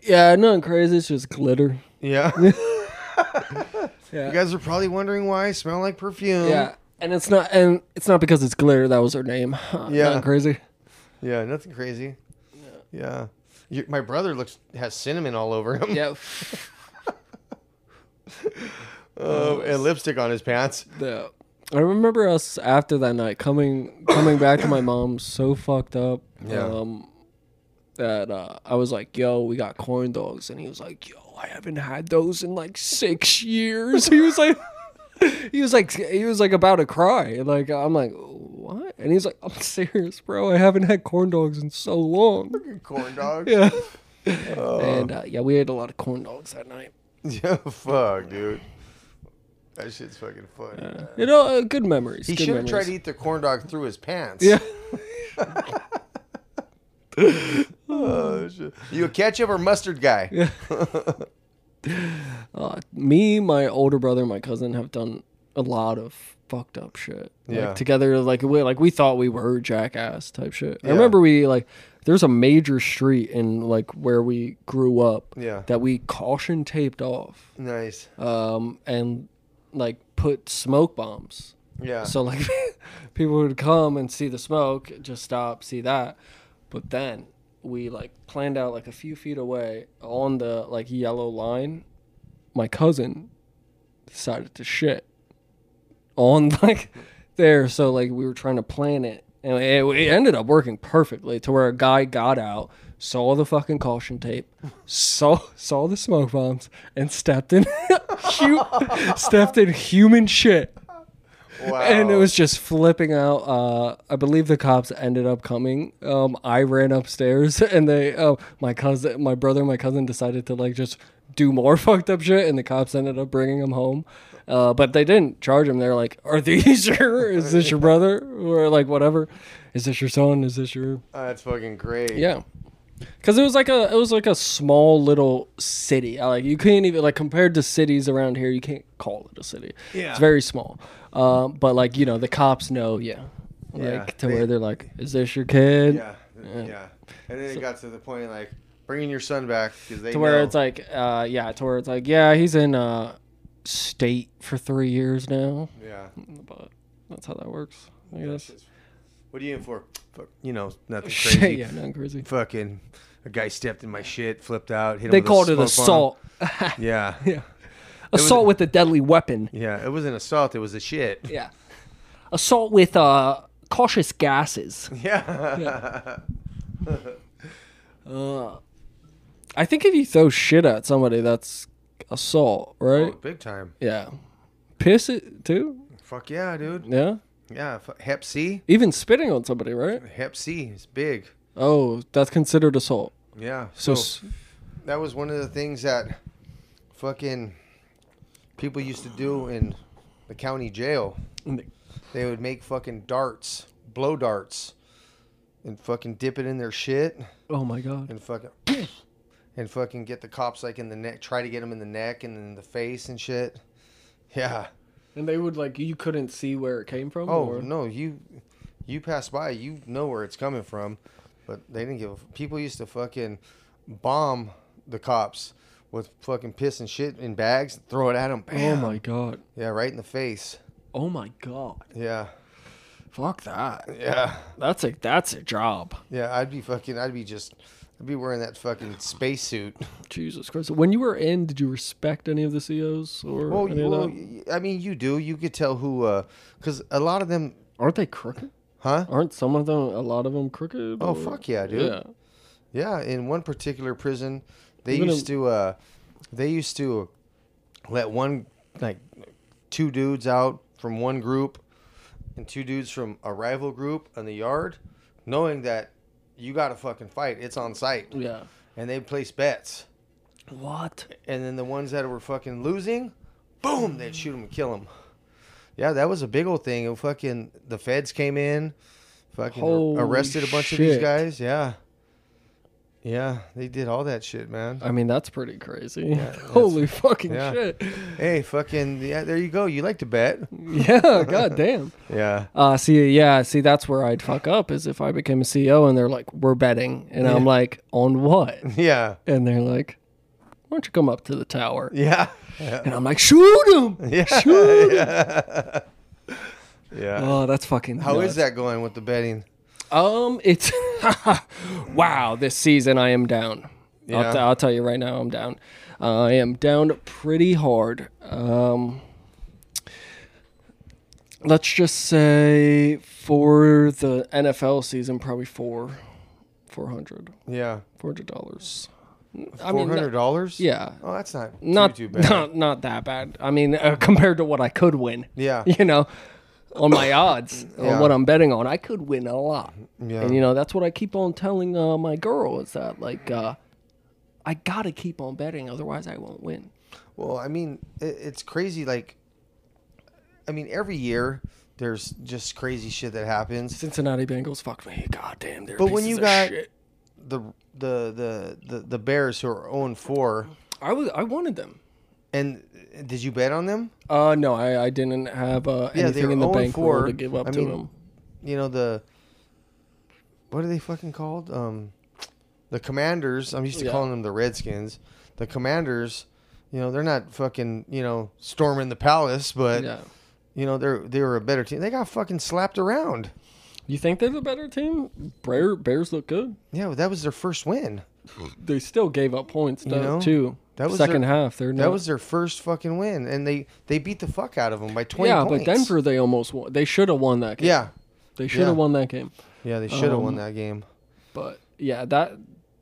[SPEAKER 1] yeah, nothing crazy. It's just glitter.
[SPEAKER 2] Yeah. you
[SPEAKER 1] Yeah,
[SPEAKER 2] guys are probably wondering why I smell like perfume.
[SPEAKER 1] yeah, and it's not, and it's not because it's glitter. That was her name.
[SPEAKER 2] Yeah.
[SPEAKER 1] nothing crazy.
[SPEAKER 2] Yeah, nothing crazy. Yeah. You, my brother looks has cinnamon all over him.
[SPEAKER 1] Yeah,
[SPEAKER 2] Oh, and lipstick on his pants.
[SPEAKER 1] the, I remember us after that night coming coming back to my mom so fucked up.
[SPEAKER 2] Yeah.
[SPEAKER 1] Um, that uh, I was like, "Yo, we got corn dogs," and he was like, "Yo, I haven't had those in like six years." He was like, he was like, he was like about to cry. And, Like I'm like, "What?" And he's like, "I'm serious, bro. I haven't had corn dogs in so long."
[SPEAKER 2] Corn dog.
[SPEAKER 1] Yeah.
[SPEAKER 2] Oh.
[SPEAKER 1] and uh, yeah, we ate a lot of corn dogs that night.
[SPEAKER 2] Yeah, fuck, dude. That shit's fucking funny. man.
[SPEAKER 1] You know, uh, good memories.
[SPEAKER 2] he
[SPEAKER 1] good
[SPEAKER 2] should have tried
[SPEAKER 1] memories.
[SPEAKER 2] to eat the corn dog through his pants.
[SPEAKER 1] Yeah.
[SPEAKER 2] Oh, shit. You a ketchup or mustard guy? Yeah.
[SPEAKER 1] Uh, me, my older brother, and my cousin have done a lot of fucked up shit.
[SPEAKER 2] Yeah.
[SPEAKER 1] Like together, like we like we thought we were jackass type shit. I remember we like there's a major street in like where we grew up
[SPEAKER 2] Yeah.
[SPEAKER 1] that we caution taped off.
[SPEAKER 2] Nice.
[SPEAKER 1] Um and like put smoke bombs.
[SPEAKER 2] Yeah.
[SPEAKER 1] So like people would come and see the smoke, just stop, see that. But then we like planned out like a few feet away on the like yellow line. My cousin decided to shit on like there. So like we were trying to plan it. And it, it ended up working perfectly to where a guy got out, saw the fucking caution tape, saw saw the smoke bombs, and stepped in hu- stepped in human shit
[SPEAKER 2] wow.
[SPEAKER 1] and it was just flipping out. Uh, I believe the cops ended up coming. Um, I ran upstairs, and they, oh, my cousin, my brother, and my cousin decided to like just do more fucked up shit, and the cops ended up bringing him home. Uh, but they didn't charge him. They're like, "Are these your? Is this your brother? Or like whatever? Is this your son? Is this your?"
[SPEAKER 2] Oh, that's fucking great.
[SPEAKER 1] Yeah. Cause it was like a it was like a small little city. I Like you can't even like compared to cities around here, you can't call it a city.
[SPEAKER 2] Yeah.
[SPEAKER 1] it's very small. Um, but like you know, the cops know. Yeah, like
[SPEAKER 2] Yeah,
[SPEAKER 1] to
[SPEAKER 2] they-
[SPEAKER 1] where they're like, "Is this your kid?"
[SPEAKER 2] Yeah. Yeah. And then it got to the point like bringing your son back because they
[SPEAKER 1] to where
[SPEAKER 2] know-
[SPEAKER 1] it's like, uh, yeah, to where it's like, yeah, he's in uh, state for three years now.
[SPEAKER 2] yeah.
[SPEAKER 1] But that's how that works. I
[SPEAKER 2] That
[SPEAKER 1] guess.
[SPEAKER 2] shit's- What are you in for? Fuck. You know, nothing crazy.
[SPEAKER 1] Shit, yeah, not crazy.
[SPEAKER 2] Fucking a guy stepped in my shit, flipped out, hit him
[SPEAKER 1] They
[SPEAKER 2] with a
[SPEAKER 1] called it
[SPEAKER 2] smoke bomb.
[SPEAKER 1] assault.
[SPEAKER 2] Yeah.
[SPEAKER 1] yeah, assault with a deadly weapon.
[SPEAKER 2] Yeah, it wasn't assault, it was a shit.
[SPEAKER 1] Yeah. Assault with uh cautious gases.
[SPEAKER 2] Yeah.
[SPEAKER 1] I think if you throw shit at somebody, that's assault, right?
[SPEAKER 2] Oh, big time.
[SPEAKER 1] Yeah. Piss it too?
[SPEAKER 2] Fuck yeah, dude.
[SPEAKER 1] Yeah.
[SPEAKER 2] Yeah, fu- hep C.
[SPEAKER 1] Even spitting on somebody, right?
[SPEAKER 2] Hep C is big.
[SPEAKER 1] Oh, that's considered assault.
[SPEAKER 2] Yeah.
[SPEAKER 1] So,
[SPEAKER 2] So,
[SPEAKER 1] s
[SPEAKER 2] that was one of the things that fucking people used to do in the county jail. They would make fucking darts, blow darts, and fucking dip it in their shit
[SPEAKER 1] oh my god.
[SPEAKER 2] and fucking and fucking get the cops like in the neck, try to get them in the neck and in the face and shit. Yeah.
[SPEAKER 1] And they would like you couldn't see where it came from.
[SPEAKER 2] Oh no, you you pass by, you know where it's coming from, but they didn't give. a f People used to fucking bomb the cops with fucking piss and shit in bags, throw it at them.
[SPEAKER 1] Oh my god.
[SPEAKER 2] Yeah, right in the face.
[SPEAKER 1] Oh my god.
[SPEAKER 2] Yeah,
[SPEAKER 1] Fuck that.
[SPEAKER 2] yeah,
[SPEAKER 1] That's a that's a job.
[SPEAKER 2] yeah. I'd be fucking. I'd be just. I'd be wearing that fucking spacesuit.
[SPEAKER 1] Jesus Christ. When you were in, did you respect any of the COs or
[SPEAKER 2] Well,
[SPEAKER 1] any
[SPEAKER 2] you, well,
[SPEAKER 1] of that?
[SPEAKER 2] y- I mean, you do. You could tell who, because a lot of them,
[SPEAKER 1] Aren't they crooked?
[SPEAKER 2] huh?
[SPEAKER 1] Aren't some of them, a lot of them crooked?
[SPEAKER 2] Oh
[SPEAKER 1] or-
[SPEAKER 2] fuck yeah, dude.
[SPEAKER 1] Yeah.
[SPEAKER 2] Yeah, in one particular prison, they
[SPEAKER 1] Even
[SPEAKER 2] used
[SPEAKER 1] in-
[SPEAKER 2] to uh, they used to let one like two dudes out from one group and two dudes from a rival group in the yard, knowing that you got to fucking fight. It's on site,
[SPEAKER 1] Yeah.
[SPEAKER 2] and they place bets.
[SPEAKER 1] What?
[SPEAKER 2] And then the ones that were fucking losing, boom, they'd shoot them and kill them. Yeah, that was a big old thing. And fucking the feds came in, fucking
[SPEAKER 1] Holy
[SPEAKER 2] arrested a bunch of these
[SPEAKER 1] shit.
[SPEAKER 2] guys. Yeah. Yeah, they did all that shit, man.
[SPEAKER 1] I mean, that's pretty crazy.
[SPEAKER 2] that's-
[SPEAKER 1] Holy fucking
[SPEAKER 2] yeah.
[SPEAKER 1] shit.
[SPEAKER 2] Hey, fucking yeah, there you go. You like to bet.
[SPEAKER 1] Yeah, goddamn.
[SPEAKER 2] Yeah.
[SPEAKER 1] Uh, see, yeah, see, that's where I'd fuck up is if I became a CEO and they're like, "We're betting," and I'm like, "On what?"
[SPEAKER 2] Yeah.
[SPEAKER 1] And they're like, "Why don't you come up to the tower?"
[SPEAKER 2] Yeah. Yeah.
[SPEAKER 1] And I'm like, "Shoot him!
[SPEAKER 2] Yeah.
[SPEAKER 1] Shoot!" 'em!"
[SPEAKER 2] Yeah.
[SPEAKER 1] Oh, that's fucking.
[SPEAKER 2] How
[SPEAKER 1] nuts.
[SPEAKER 2] is that going with the betting?
[SPEAKER 1] Um, it's wow. This season, I am down. I'll,
[SPEAKER 2] Yeah.
[SPEAKER 1] t- I'll tell you right now, I'm down. Uh, I am down pretty hard. Um, let's just say for the NFL season, probably four, four hundred,
[SPEAKER 2] Yeah.
[SPEAKER 1] four hundred dollars. I
[SPEAKER 2] Four
[SPEAKER 1] mean,
[SPEAKER 2] hundred
[SPEAKER 1] not,
[SPEAKER 2] dollars?
[SPEAKER 1] yeah,
[SPEAKER 2] Oh, that's not too,
[SPEAKER 1] not
[SPEAKER 2] too bad.
[SPEAKER 1] not not that bad. I mean, uh, compared to what I could win,
[SPEAKER 2] Yeah.
[SPEAKER 1] you know, on my odds,
[SPEAKER 2] Yeah.
[SPEAKER 1] on what I'm betting on, I could win a lot.
[SPEAKER 2] Yeah.
[SPEAKER 1] And you know, that's what I keep on telling uh, my girl is that like uh, I gotta keep on betting, otherwise I won't win.
[SPEAKER 2] Well, I mean, it, it's crazy. Like, I mean, every year there's just crazy shit that happens.
[SPEAKER 1] Cincinnati Bengals, fuck me, goddamn. They're
[SPEAKER 2] But when
[SPEAKER 1] pieces
[SPEAKER 2] you
[SPEAKER 1] of
[SPEAKER 2] got-
[SPEAKER 1] shit.
[SPEAKER 2] The the the the, the Bears who are 0 4,
[SPEAKER 1] I was I wanted them.
[SPEAKER 2] and did you bet on them?
[SPEAKER 1] Uh, no, I, I didn't have uh,
[SPEAKER 2] Yeah, they
[SPEAKER 1] anything
[SPEAKER 2] were
[SPEAKER 1] in the
[SPEAKER 2] 0 and
[SPEAKER 1] bank
[SPEAKER 2] 4.
[SPEAKER 1] to give up
[SPEAKER 2] I
[SPEAKER 1] to
[SPEAKER 2] mean-
[SPEAKER 1] them.
[SPEAKER 2] You know the what are they fucking called? Um, the Commanders. I'm used to
[SPEAKER 1] Yeah.
[SPEAKER 2] calling them the Redskins. The Commanders. You know they're not fucking you know storming the palace, but
[SPEAKER 1] Yeah.
[SPEAKER 2] you know they're they were a better team. They got fucking slapped around.
[SPEAKER 1] You think they're the better team? Bear, Bears look good.
[SPEAKER 2] Yeah, but that was their first win.
[SPEAKER 1] They still gave up points though,
[SPEAKER 2] know,
[SPEAKER 1] too.
[SPEAKER 2] that was
[SPEAKER 1] second
[SPEAKER 2] their-
[SPEAKER 1] half. They're
[SPEAKER 2] That
[SPEAKER 1] not-
[SPEAKER 2] was their first fucking win, and they they beat the fuck out of them by twenty.
[SPEAKER 1] yeah,
[SPEAKER 2] points.
[SPEAKER 1] but Denver they almost won. They should have won that game.
[SPEAKER 2] Yeah,
[SPEAKER 1] they should have
[SPEAKER 2] yeah.
[SPEAKER 1] won that game.
[SPEAKER 2] yeah, they should have won
[SPEAKER 1] Um,
[SPEAKER 2] that game.
[SPEAKER 1] But yeah, that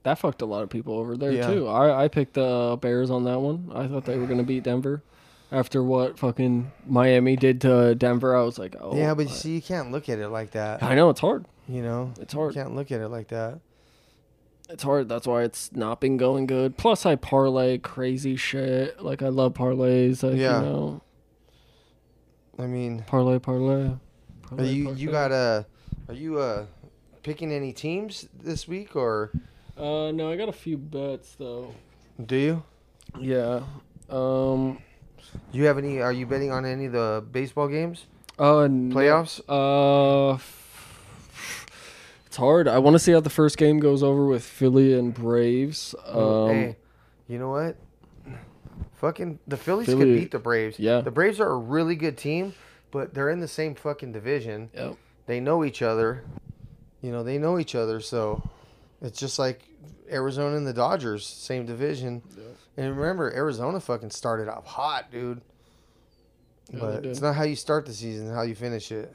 [SPEAKER 1] that fucked a lot of people over there
[SPEAKER 2] Yeah.
[SPEAKER 1] too. I, I picked the Bears on that one. I thought they were gonna beat Denver. After what fucking Miami did to Denver, I was like, oh
[SPEAKER 2] yeah, but you
[SPEAKER 1] I,
[SPEAKER 2] see, you can't look at it like that.
[SPEAKER 1] I know it's hard.
[SPEAKER 2] You know,
[SPEAKER 1] It's
[SPEAKER 2] you
[SPEAKER 1] hard.
[SPEAKER 2] can't look at it like that.
[SPEAKER 1] It's hard. That's why it's not been going good. Plus, I parlay crazy shit. Like I love parlays. Like,
[SPEAKER 2] Yeah.
[SPEAKER 1] You know,
[SPEAKER 2] I mean,
[SPEAKER 1] parlay, parlay.
[SPEAKER 2] are
[SPEAKER 1] parlay,
[SPEAKER 2] you you
[SPEAKER 1] parlay.
[SPEAKER 2] got a are you uh picking any teams this week or
[SPEAKER 1] Uh, no, I got a few bets though.
[SPEAKER 2] do you
[SPEAKER 1] Yeah. Um.
[SPEAKER 2] you have any? Are you betting on any of the baseball games
[SPEAKER 1] Uh.
[SPEAKER 2] playoffs?
[SPEAKER 1] Uh, it's hard. I want to see how the first game goes over with Philly and Braves. Um,
[SPEAKER 2] Oh, hey, you know what? Fucking the Phillies could
[SPEAKER 1] Philly-
[SPEAKER 2] beat the Braves.
[SPEAKER 1] yeah.
[SPEAKER 2] the Braves are a really good team, but they're in the same fucking division.
[SPEAKER 1] yeah,
[SPEAKER 2] they know each other. You know, they know each other, so it's just like Arizona and the Dodgers, same division. And remember, Arizona fucking started off hot, dude.
[SPEAKER 1] Yeah,
[SPEAKER 2] But
[SPEAKER 1] they
[SPEAKER 2] it's
[SPEAKER 1] did.
[SPEAKER 2] not how you start the season, it's how you finish it.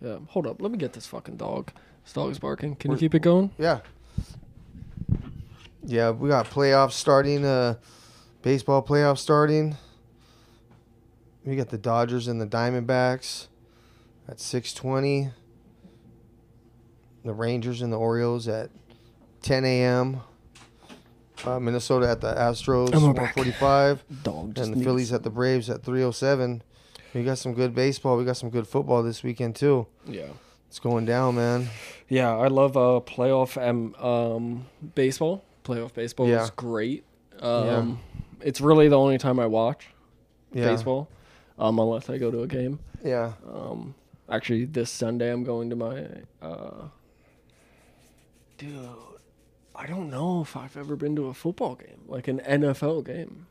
[SPEAKER 1] yeah. Hold up. Let me get this fucking dog. This dog's barking. Can you keep it going?
[SPEAKER 2] Yeah. Yeah, we got playoffs starting, uh baseball playoffs starting. We got the Dodgers and the Diamondbacks at 6:20. The Rangers and the Orioles at 10 a.m. Uh, Minnesota at the Astros
[SPEAKER 1] And we're back.
[SPEAKER 2] 1:45,
[SPEAKER 1] Dog.
[SPEAKER 2] and the Phillies at the Braves at 3:07. We got some good baseball. We got some good football this weekend too.
[SPEAKER 1] Yeah.
[SPEAKER 2] It's going down, man.
[SPEAKER 1] Yeah, I love uh playoff and um baseball. Playoff baseball
[SPEAKER 2] Yeah.
[SPEAKER 1] is great. Um, it's really the only time I watch
[SPEAKER 2] Yeah.
[SPEAKER 1] baseball, um, unless I go to a game.
[SPEAKER 2] Yeah.
[SPEAKER 1] Um, actually, this Sunday I'm going to my. Uh, dude, I don't know if I've ever been to a football game, like an NFL game.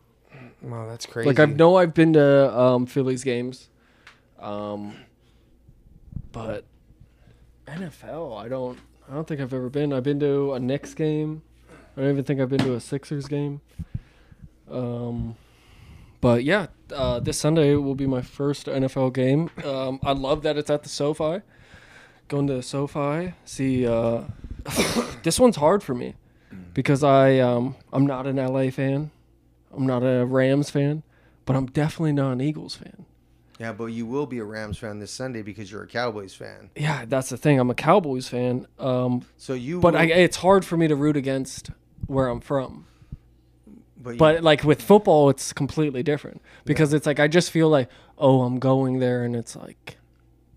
[SPEAKER 2] Wow, that's crazy.
[SPEAKER 1] Like I know I've been to um, Phillies games, um, but NFL, I don't. I don't think I've ever been. I've been to a Knicks game. I don't even think I've been to a Sixers game. Um, but yeah, uh, this Sunday will be my first NFL game. Um, I love that it's at the SoFi. Going to SoFi, see. Uh, this one's hard for me because I um, I'm not an LA fan. I'm not a Rams fan, but I'm definitely not an Eagles fan.
[SPEAKER 2] Yeah, but you will be a Rams fan this Sunday because you're a Cowboys fan.
[SPEAKER 1] Yeah, that's the thing. I'm a Cowboys fan, um,
[SPEAKER 2] So you,
[SPEAKER 1] but I,
[SPEAKER 2] will-
[SPEAKER 1] it's hard for me to root against where I'm from.
[SPEAKER 2] But,
[SPEAKER 1] But like with football, it's completely different because it's like I just feel like, oh, I'm going there, and it's like,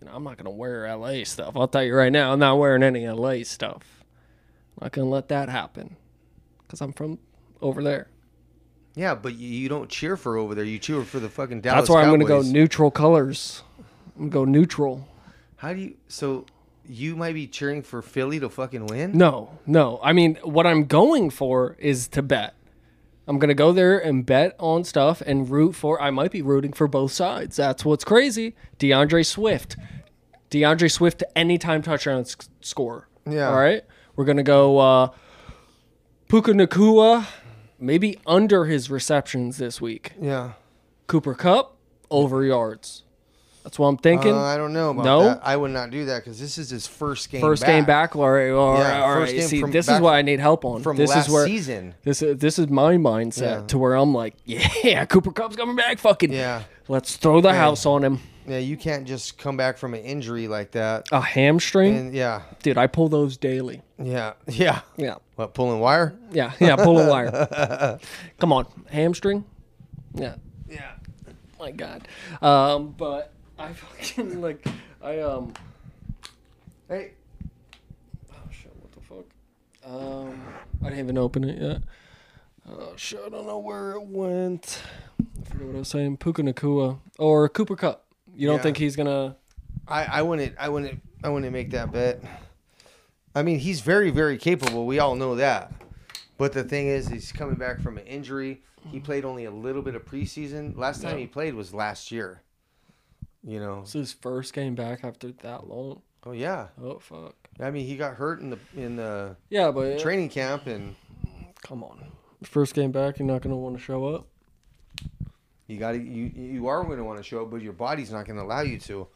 [SPEAKER 1] you know, I'm not gonna wear LA stuff. I'll tell you right now, I'm not wearing any LA stuff. I'm not gonna let that happen because I'm from over there.
[SPEAKER 2] yeah, but you, you don't cheer for over there. You cheer for the fucking Dallas.
[SPEAKER 1] That's why I'm gonna go
[SPEAKER 2] Cowboys.
[SPEAKER 1] neutral colors. I'm gonna go neutral.
[SPEAKER 2] How do you? So you might be cheering for Philly to fucking win.
[SPEAKER 1] No, no. I mean, what I'm going for is to bet. I'm gonna go there and bet on stuff and root for. I might be rooting for both sides. That's what's crazy. DeAndre Swift, DeAndre Swift, anytime touchdown s- score.
[SPEAKER 2] Yeah.
[SPEAKER 1] All right, we're gonna go uh, Puka Nakua, maybe under his receptions this week.
[SPEAKER 2] Yeah.
[SPEAKER 1] Cooper Cup over yards. That's what I'm thinking.
[SPEAKER 2] Uh, I don't know about
[SPEAKER 1] No?
[SPEAKER 2] that. I would not do that because this is his first game.
[SPEAKER 1] First
[SPEAKER 2] back
[SPEAKER 1] game back, all right, all right,
[SPEAKER 2] Yeah,
[SPEAKER 1] all right.
[SPEAKER 2] first game
[SPEAKER 1] See,
[SPEAKER 2] from
[SPEAKER 1] this is
[SPEAKER 2] back-
[SPEAKER 1] what I need help on.
[SPEAKER 2] from
[SPEAKER 1] this
[SPEAKER 2] last
[SPEAKER 1] is where
[SPEAKER 2] season.
[SPEAKER 1] This is this is my mindset
[SPEAKER 2] Yeah.
[SPEAKER 1] to where I'm like, yeah, Cooper Cup's coming back, fucking.
[SPEAKER 2] Yeah.
[SPEAKER 1] Let's throw the house on him.
[SPEAKER 2] Yeah, you can't just come back from an injury like that.
[SPEAKER 1] A hamstring,
[SPEAKER 2] And yeah,
[SPEAKER 1] dude. I pull those daily.
[SPEAKER 2] yeah, yeah.
[SPEAKER 1] Yeah,
[SPEAKER 2] What pulling wire?
[SPEAKER 1] yeah, yeah. Pull a wire. Come on, hamstring. Yeah,
[SPEAKER 2] Yeah.
[SPEAKER 1] my God. Um, but I fucking like, I um.
[SPEAKER 2] Hey,
[SPEAKER 1] Oh shit! What the fuck? Um, I didn't even open it yet. Oh shit! I don't know where it went. I forgot what I was saying. Puka Nakua or Cooper Cup. You don't
[SPEAKER 2] Yeah.
[SPEAKER 1] think he's gonna?
[SPEAKER 2] I, I wouldn't, I wouldn't, I wouldn't make that bet. I mean, he's very, very capable. We all know that. But the thing is, he's coming back from an injury. He played only a little bit of preseason. Last time
[SPEAKER 1] Yeah.
[SPEAKER 2] he played was last year. You know.
[SPEAKER 1] This is his first game back after that long.
[SPEAKER 2] Oh yeah.
[SPEAKER 1] Oh fuck.
[SPEAKER 2] I mean, he got hurt in the in the
[SPEAKER 1] Yeah, but
[SPEAKER 2] training camp, and
[SPEAKER 1] come on. First game back, you're not gonna want to show up.
[SPEAKER 2] you got to you you are going to want to show up, but your body's not going to allow you to.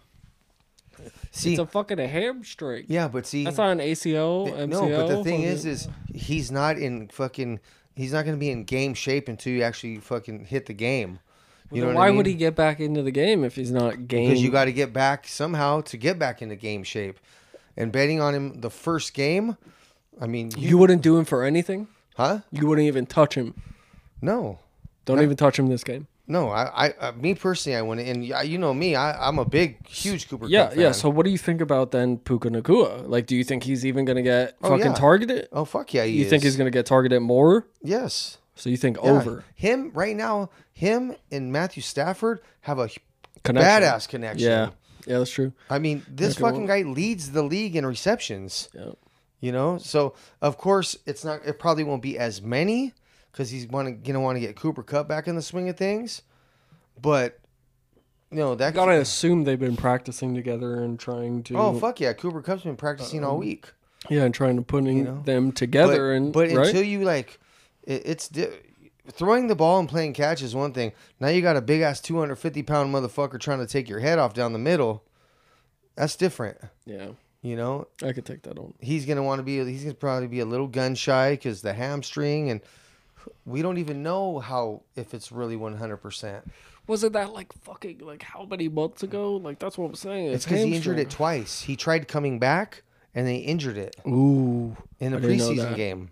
[SPEAKER 2] See,
[SPEAKER 1] It's a fucking hamstring.
[SPEAKER 2] yeah, but see,
[SPEAKER 1] That's not an ACL,
[SPEAKER 2] Th-
[SPEAKER 1] MCL.
[SPEAKER 2] No, but the thing is,
[SPEAKER 1] fucking-
[SPEAKER 2] is he's not in fucking. He's not going to be in game shape until you actually fucking hit the game. You know
[SPEAKER 1] Then
[SPEAKER 2] what
[SPEAKER 1] why
[SPEAKER 2] I mean?
[SPEAKER 1] would he get back into the game if he's not game?
[SPEAKER 2] Because you got to get back somehow to get back into game shape, and betting on him the first game. I mean, you,
[SPEAKER 1] you wouldn't do him for anything.
[SPEAKER 2] huh?
[SPEAKER 1] You wouldn't even touch him.
[SPEAKER 2] No,
[SPEAKER 1] Don't even touch him this game. in
[SPEAKER 2] no. I, I, I me personally, I wouldn't. And y- you know me, I, I'm a big, huge Cooper.
[SPEAKER 1] Yeah,
[SPEAKER 2] Kupp
[SPEAKER 1] yeah.
[SPEAKER 2] fan.
[SPEAKER 1] So what do you think about then Puka Nakua? Like, do you think he's even gonna get fucking
[SPEAKER 2] yeah.
[SPEAKER 1] targeted?
[SPEAKER 2] oh fuck yeah, he
[SPEAKER 1] You
[SPEAKER 2] is.
[SPEAKER 1] think he's gonna get targeted more?
[SPEAKER 2] yes
[SPEAKER 1] So you think
[SPEAKER 2] Yeah.
[SPEAKER 1] over
[SPEAKER 2] him right now? Him and Matthew Stafford have a
[SPEAKER 1] connection?
[SPEAKER 2] badass connection.
[SPEAKER 1] Yeah, yeah, that's true.
[SPEAKER 2] I mean, this
[SPEAKER 1] Look at
[SPEAKER 2] fucking guy leads the league in receptions.
[SPEAKER 1] Yeah.
[SPEAKER 2] You know, so of course it's not. It probably won't be as many because he's wanna, gonna want to get Cooper Cup back in the swing of things. But you know that
[SPEAKER 1] Gotta assume they've been practicing together and trying to.
[SPEAKER 2] oh fuck yeah, Cooper Cup's been practicing all week.
[SPEAKER 1] Yeah, and trying to putting
[SPEAKER 2] know?
[SPEAKER 1] them
[SPEAKER 2] But,
[SPEAKER 1] together and
[SPEAKER 2] but
[SPEAKER 1] right.
[SPEAKER 2] until you like, it, it's di- throwing the ball and playing catch is one thing. Now you got a big ass two hundred fifty pound motherfucker trying to take your head off down the middle. That's different.
[SPEAKER 1] yeah,
[SPEAKER 2] You know,
[SPEAKER 1] I could take that on.
[SPEAKER 2] he's gonna want to be he's gonna probably be a little gun shy because the hamstring and we don't even know how if it's really 100%
[SPEAKER 1] Was it that like fucking like how many months ago? Like that's what I'm saying.
[SPEAKER 2] it's because he injured it twice he tried coming back and they injured it
[SPEAKER 1] Ooh,
[SPEAKER 2] in a
[SPEAKER 1] I didn't know
[SPEAKER 2] preseason
[SPEAKER 1] that.
[SPEAKER 2] game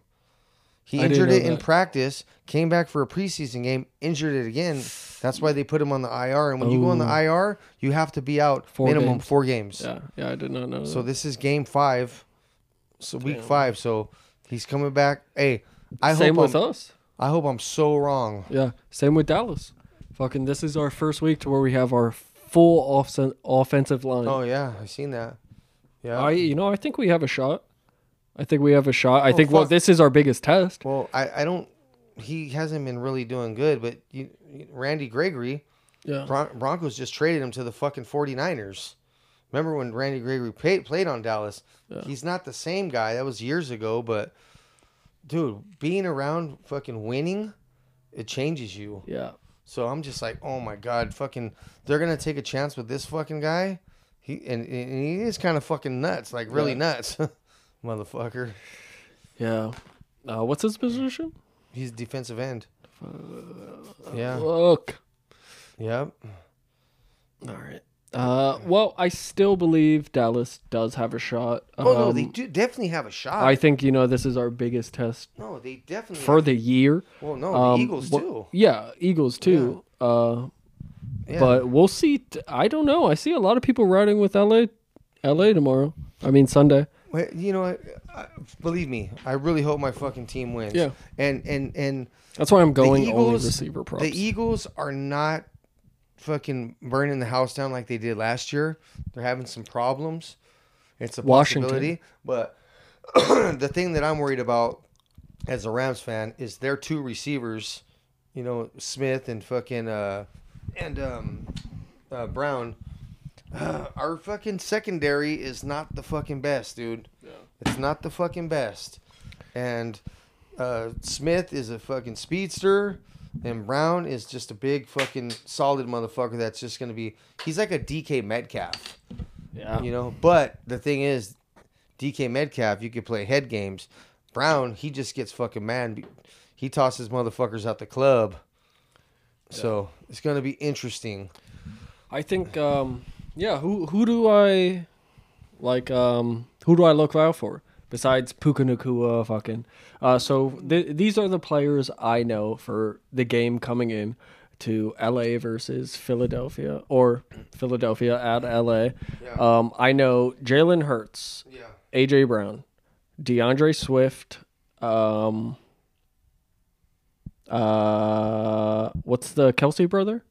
[SPEAKER 2] he
[SPEAKER 1] I didn't
[SPEAKER 2] injured
[SPEAKER 1] know
[SPEAKER 2] it in
[SPEAKER 1] that.
[SPEAKER 2] practice came back for a preseason game injured it again that's why they put him on the ir and when you go on the ir you have to be out
[SPEAKER 1] Oh. Four
[SPEAKER 2] minimum
[SPEAKER 1] games.
[SPEAKER 2] four games
[SPEAKER 1] Yeah, yeah, I did not know.
[SPEAKER 2] so
[SPEAKER 1] So
[SPEAKER 2] this is game five so week
[SPEAKER 1] Damn.
[SPEAKER 2] five so he's coming back hey i
[SPEAKER 1] that. same
[SPEAKER 2] hope
[SPEAKER 1] with
[SPEAKER 2] I'm,
[SPEAKER 1] us.
[SPEAKER 2] i hope i'm so wrong
[SPEAKER 1] Yeah, same with Dallas. Fucking, this is our first week to where we have our full off- offensive line.
[SPEAKER 2] Oh yeah, I seen that. Yeah.
[SPEAKER 1] I, you know, I think we have a shot. I think we have a shot. I think well,
[SPEAKER 2] Oh, fuck.
[SPEAKER 1] this is our biggest test.
[SPEAKER 2] well, I, I don't. He hasn't been really doing good, but you, Randy Gregory,
[SPEAKER 1] Yeah,
[SPEAKER 2] Bron- Broncos just traded him to the fucking 49ers. Remember when Randy Gregory played, played on Dallas? He's not the same guy. That was years ago, but dude, being around fucking winning, it changes you.
[SPEAKER 1] yeah.
[SPEAKER 2] So I'm just like, oh my god, fucking, they're gonna take a chance with this fucking guy. He and, and he is kind of fucking nuts, like really
[SPEAKER 1] Yeah.
[SPEAKER 2] nuts, motherfucker.
[SPEAKER 1] Yeah. Uh, what's his position?
[SPEAKER 2] He's defensive end. Yeah.
[SPEAKER 1] Uh, Look.
[SPEAKER 2] Yep.
[SPEAKER 1] All right. Uh, well, I still believe Dallas does have a shot.
[SPEAKER 2] Oh no,
[SPEAKER 1] Um,
[SPEAKER 2] they do definitely have a shot.
[SPEAKER 1] I think you know this is our biggest test
[SPEAKER 2] no, they definitely.
[SPEAKER 1] for the year.
[SPEAKER 2] have, well, no,
[SPEAKER 1] Um,
[SPEAKER 2] the Eagles
[SPEAKER 1] wha-
[SPEAKER 2] too.
[SPEAKER 1] Yeah, Eagles too. Uh,
[SPEAKER 2] Yeah.
[SPEAKER 1] but we'll see. T- I don't know. I see a lot of people riding with LA, LA tomorrow. I mean Sunday.
[SPEAKER 2] Wait, you know, what? I, believe me, I really hope my fucking team wins.
[SPEAKER 1] Yeah.
[SPEAKER 2] and and and
[SPEAKER 1] That's why I'm going
[SPEAKER 2] Eagles-
[SPEAKER 1] only receiver props.
[SPEAKER 2] the E Eagles are not fucking burning the house down like they did last year. They're having some problems. It's a
[SPEAKER 1] Washington.
[SPEAKER 2] possibility, but the thing that I'm worried about as a Rams fan is their two receivers, you know, Smith and fucking uh and um uh, Brown. Uh, our fucking secondary is not the fucking best, dude. It's not the fucking best. And uh, Smith is a fucking speedster, and Brown is just a big fucking solid motherfucker that's just gonna be. He's like a DK Metcalf,
[SPEAKER 1] yeah.
[SPEAKER 2] you know. But the thing is, DK Metcalf, you could play head games. Brown, he just gets fucking mad. He tosses motherfuckers out the club. So it's gonna be interesting.
[SPEAKER 1] I think um yeah, who who do I like um who do I look out for besides Puka Nakua fucking uh so th- these are the players I know for the game coming in to LA versus Philadelphia or Philadelphia at LA.
[SPEAKER 2] Yeah.
[SPEAKER 1] Um I know Jalen Hurts,
[SPEAKER 2] Yeah.
[SPEAKER 1] AJ Brown, DeAndre Swift, um uh what's the Kelsey brother?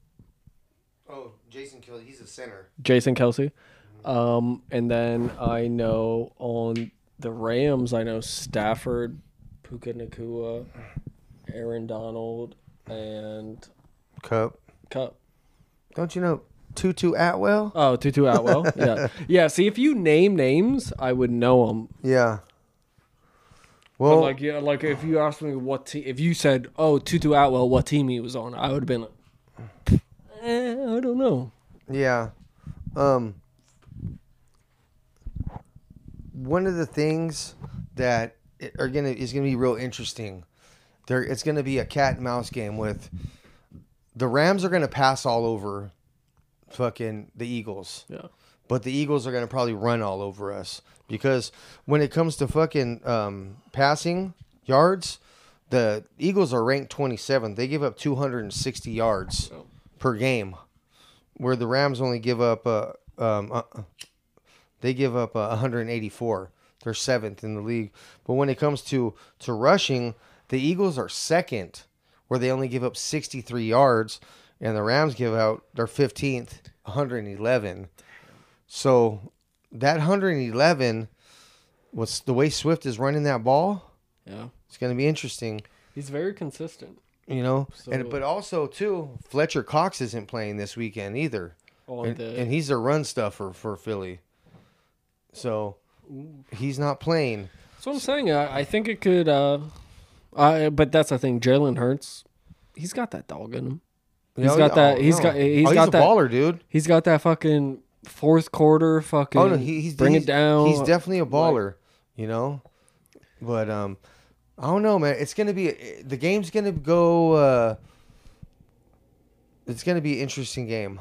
[SPEAKER 2] Oh, Jason Kelly, he's a center.
[SPEAKER 1] Jason Kelsey. Um, and then I know on the Rams, I know Stafford, Puka Nakua, Aaron Donald, and
[SPEAKER 2] Cup.
[SPEAKER 1] Cup.
[SPEAKER 2] Don't you know Tutu Atwell?
[SPEAKER 1] Oh, Tutu Atwell. yeah. Yeah. See, if you name names, I would know them.
[SPEAKER 2] Yeah.
[SPEAKER 1] But
[SPEAKER 2] Well,
[SPEAKER 1] like, yeah, like if you asked me what team, if you said, oh, Tutu Atwell, what team he was on, I would have been like, eh, I don't know.
[SPEAKER 2] Yeah. Um one of the things that i- are gonna is gonna be real interesting. There it's gonna be a cat and mouse game with the Rams are gonna pass all over fucking the Eagles.
[SPEAKER 1] Yeah.
[SPEAKER 2] But the Eagles are gonna probably run all over us. Because when it comes to fucking um, passing yards, the Eagles are ranked twenty seventh. They give up two hundred and sixty yards
[SPEAKER 1] Oh.
[SPEAKER 2] per game where the Rams only give up uh, um, uh, they give up uh, 184. They're seventh in the league. But when it comes to to rushing, the Eagles are second, where they only give up 63 yards, and the Rams give out their 15th, 111. So that 111 was the way Swift is running that ball.
[SPEAKER 1] Yeah.
[SPEAKER 2] It's going to be interesting
[SPEAKER 1] He's very consistent.
[SPEAKER 2] you know.
[SPEAKER 1] So-
[SPEAKER 2] and but also too, Fletcher Cox isn't playing this weekend either,
[SPEAKER 1] On
[SPEAKER 2] and,
[SPEAKER 1] the,
[SPEAKER 2] and he's a run stuffer for Philly, so he's not playing.
[SPEAKER 1] That's what I'm saying. I, I think it could. Uh, I but that's the thing. Jalen Hurts, he's got that dog in him. He's
[SPEAKER 2] No,
[SPEAKER 1] got that-
[SPEAKER 2] oh,
[SPEAKER 1] he's
[SPEAKER 2] no.
[SPEAKER 1] got- he's
[SPEAKER 2] oh,
[SPEAKER 1] got
[SPEAKER 2] a
[SPEAKER 1] that-
[SPEAKER 2] baller, dude.
[SPEAKER 1] He's got that fucking fourth quarter fucking.
[SPEAKER 2] Oh no, he, he's
[SPEAKER 1] bring
[SPEAKER 2] he's,
[SPEAKER 1] it down.
[SPEAKER 2] He's definitely a baller, you know. But um, I don't know, man. It's gonna be the game's gonna go. Uh, it's gonna be an interesting game.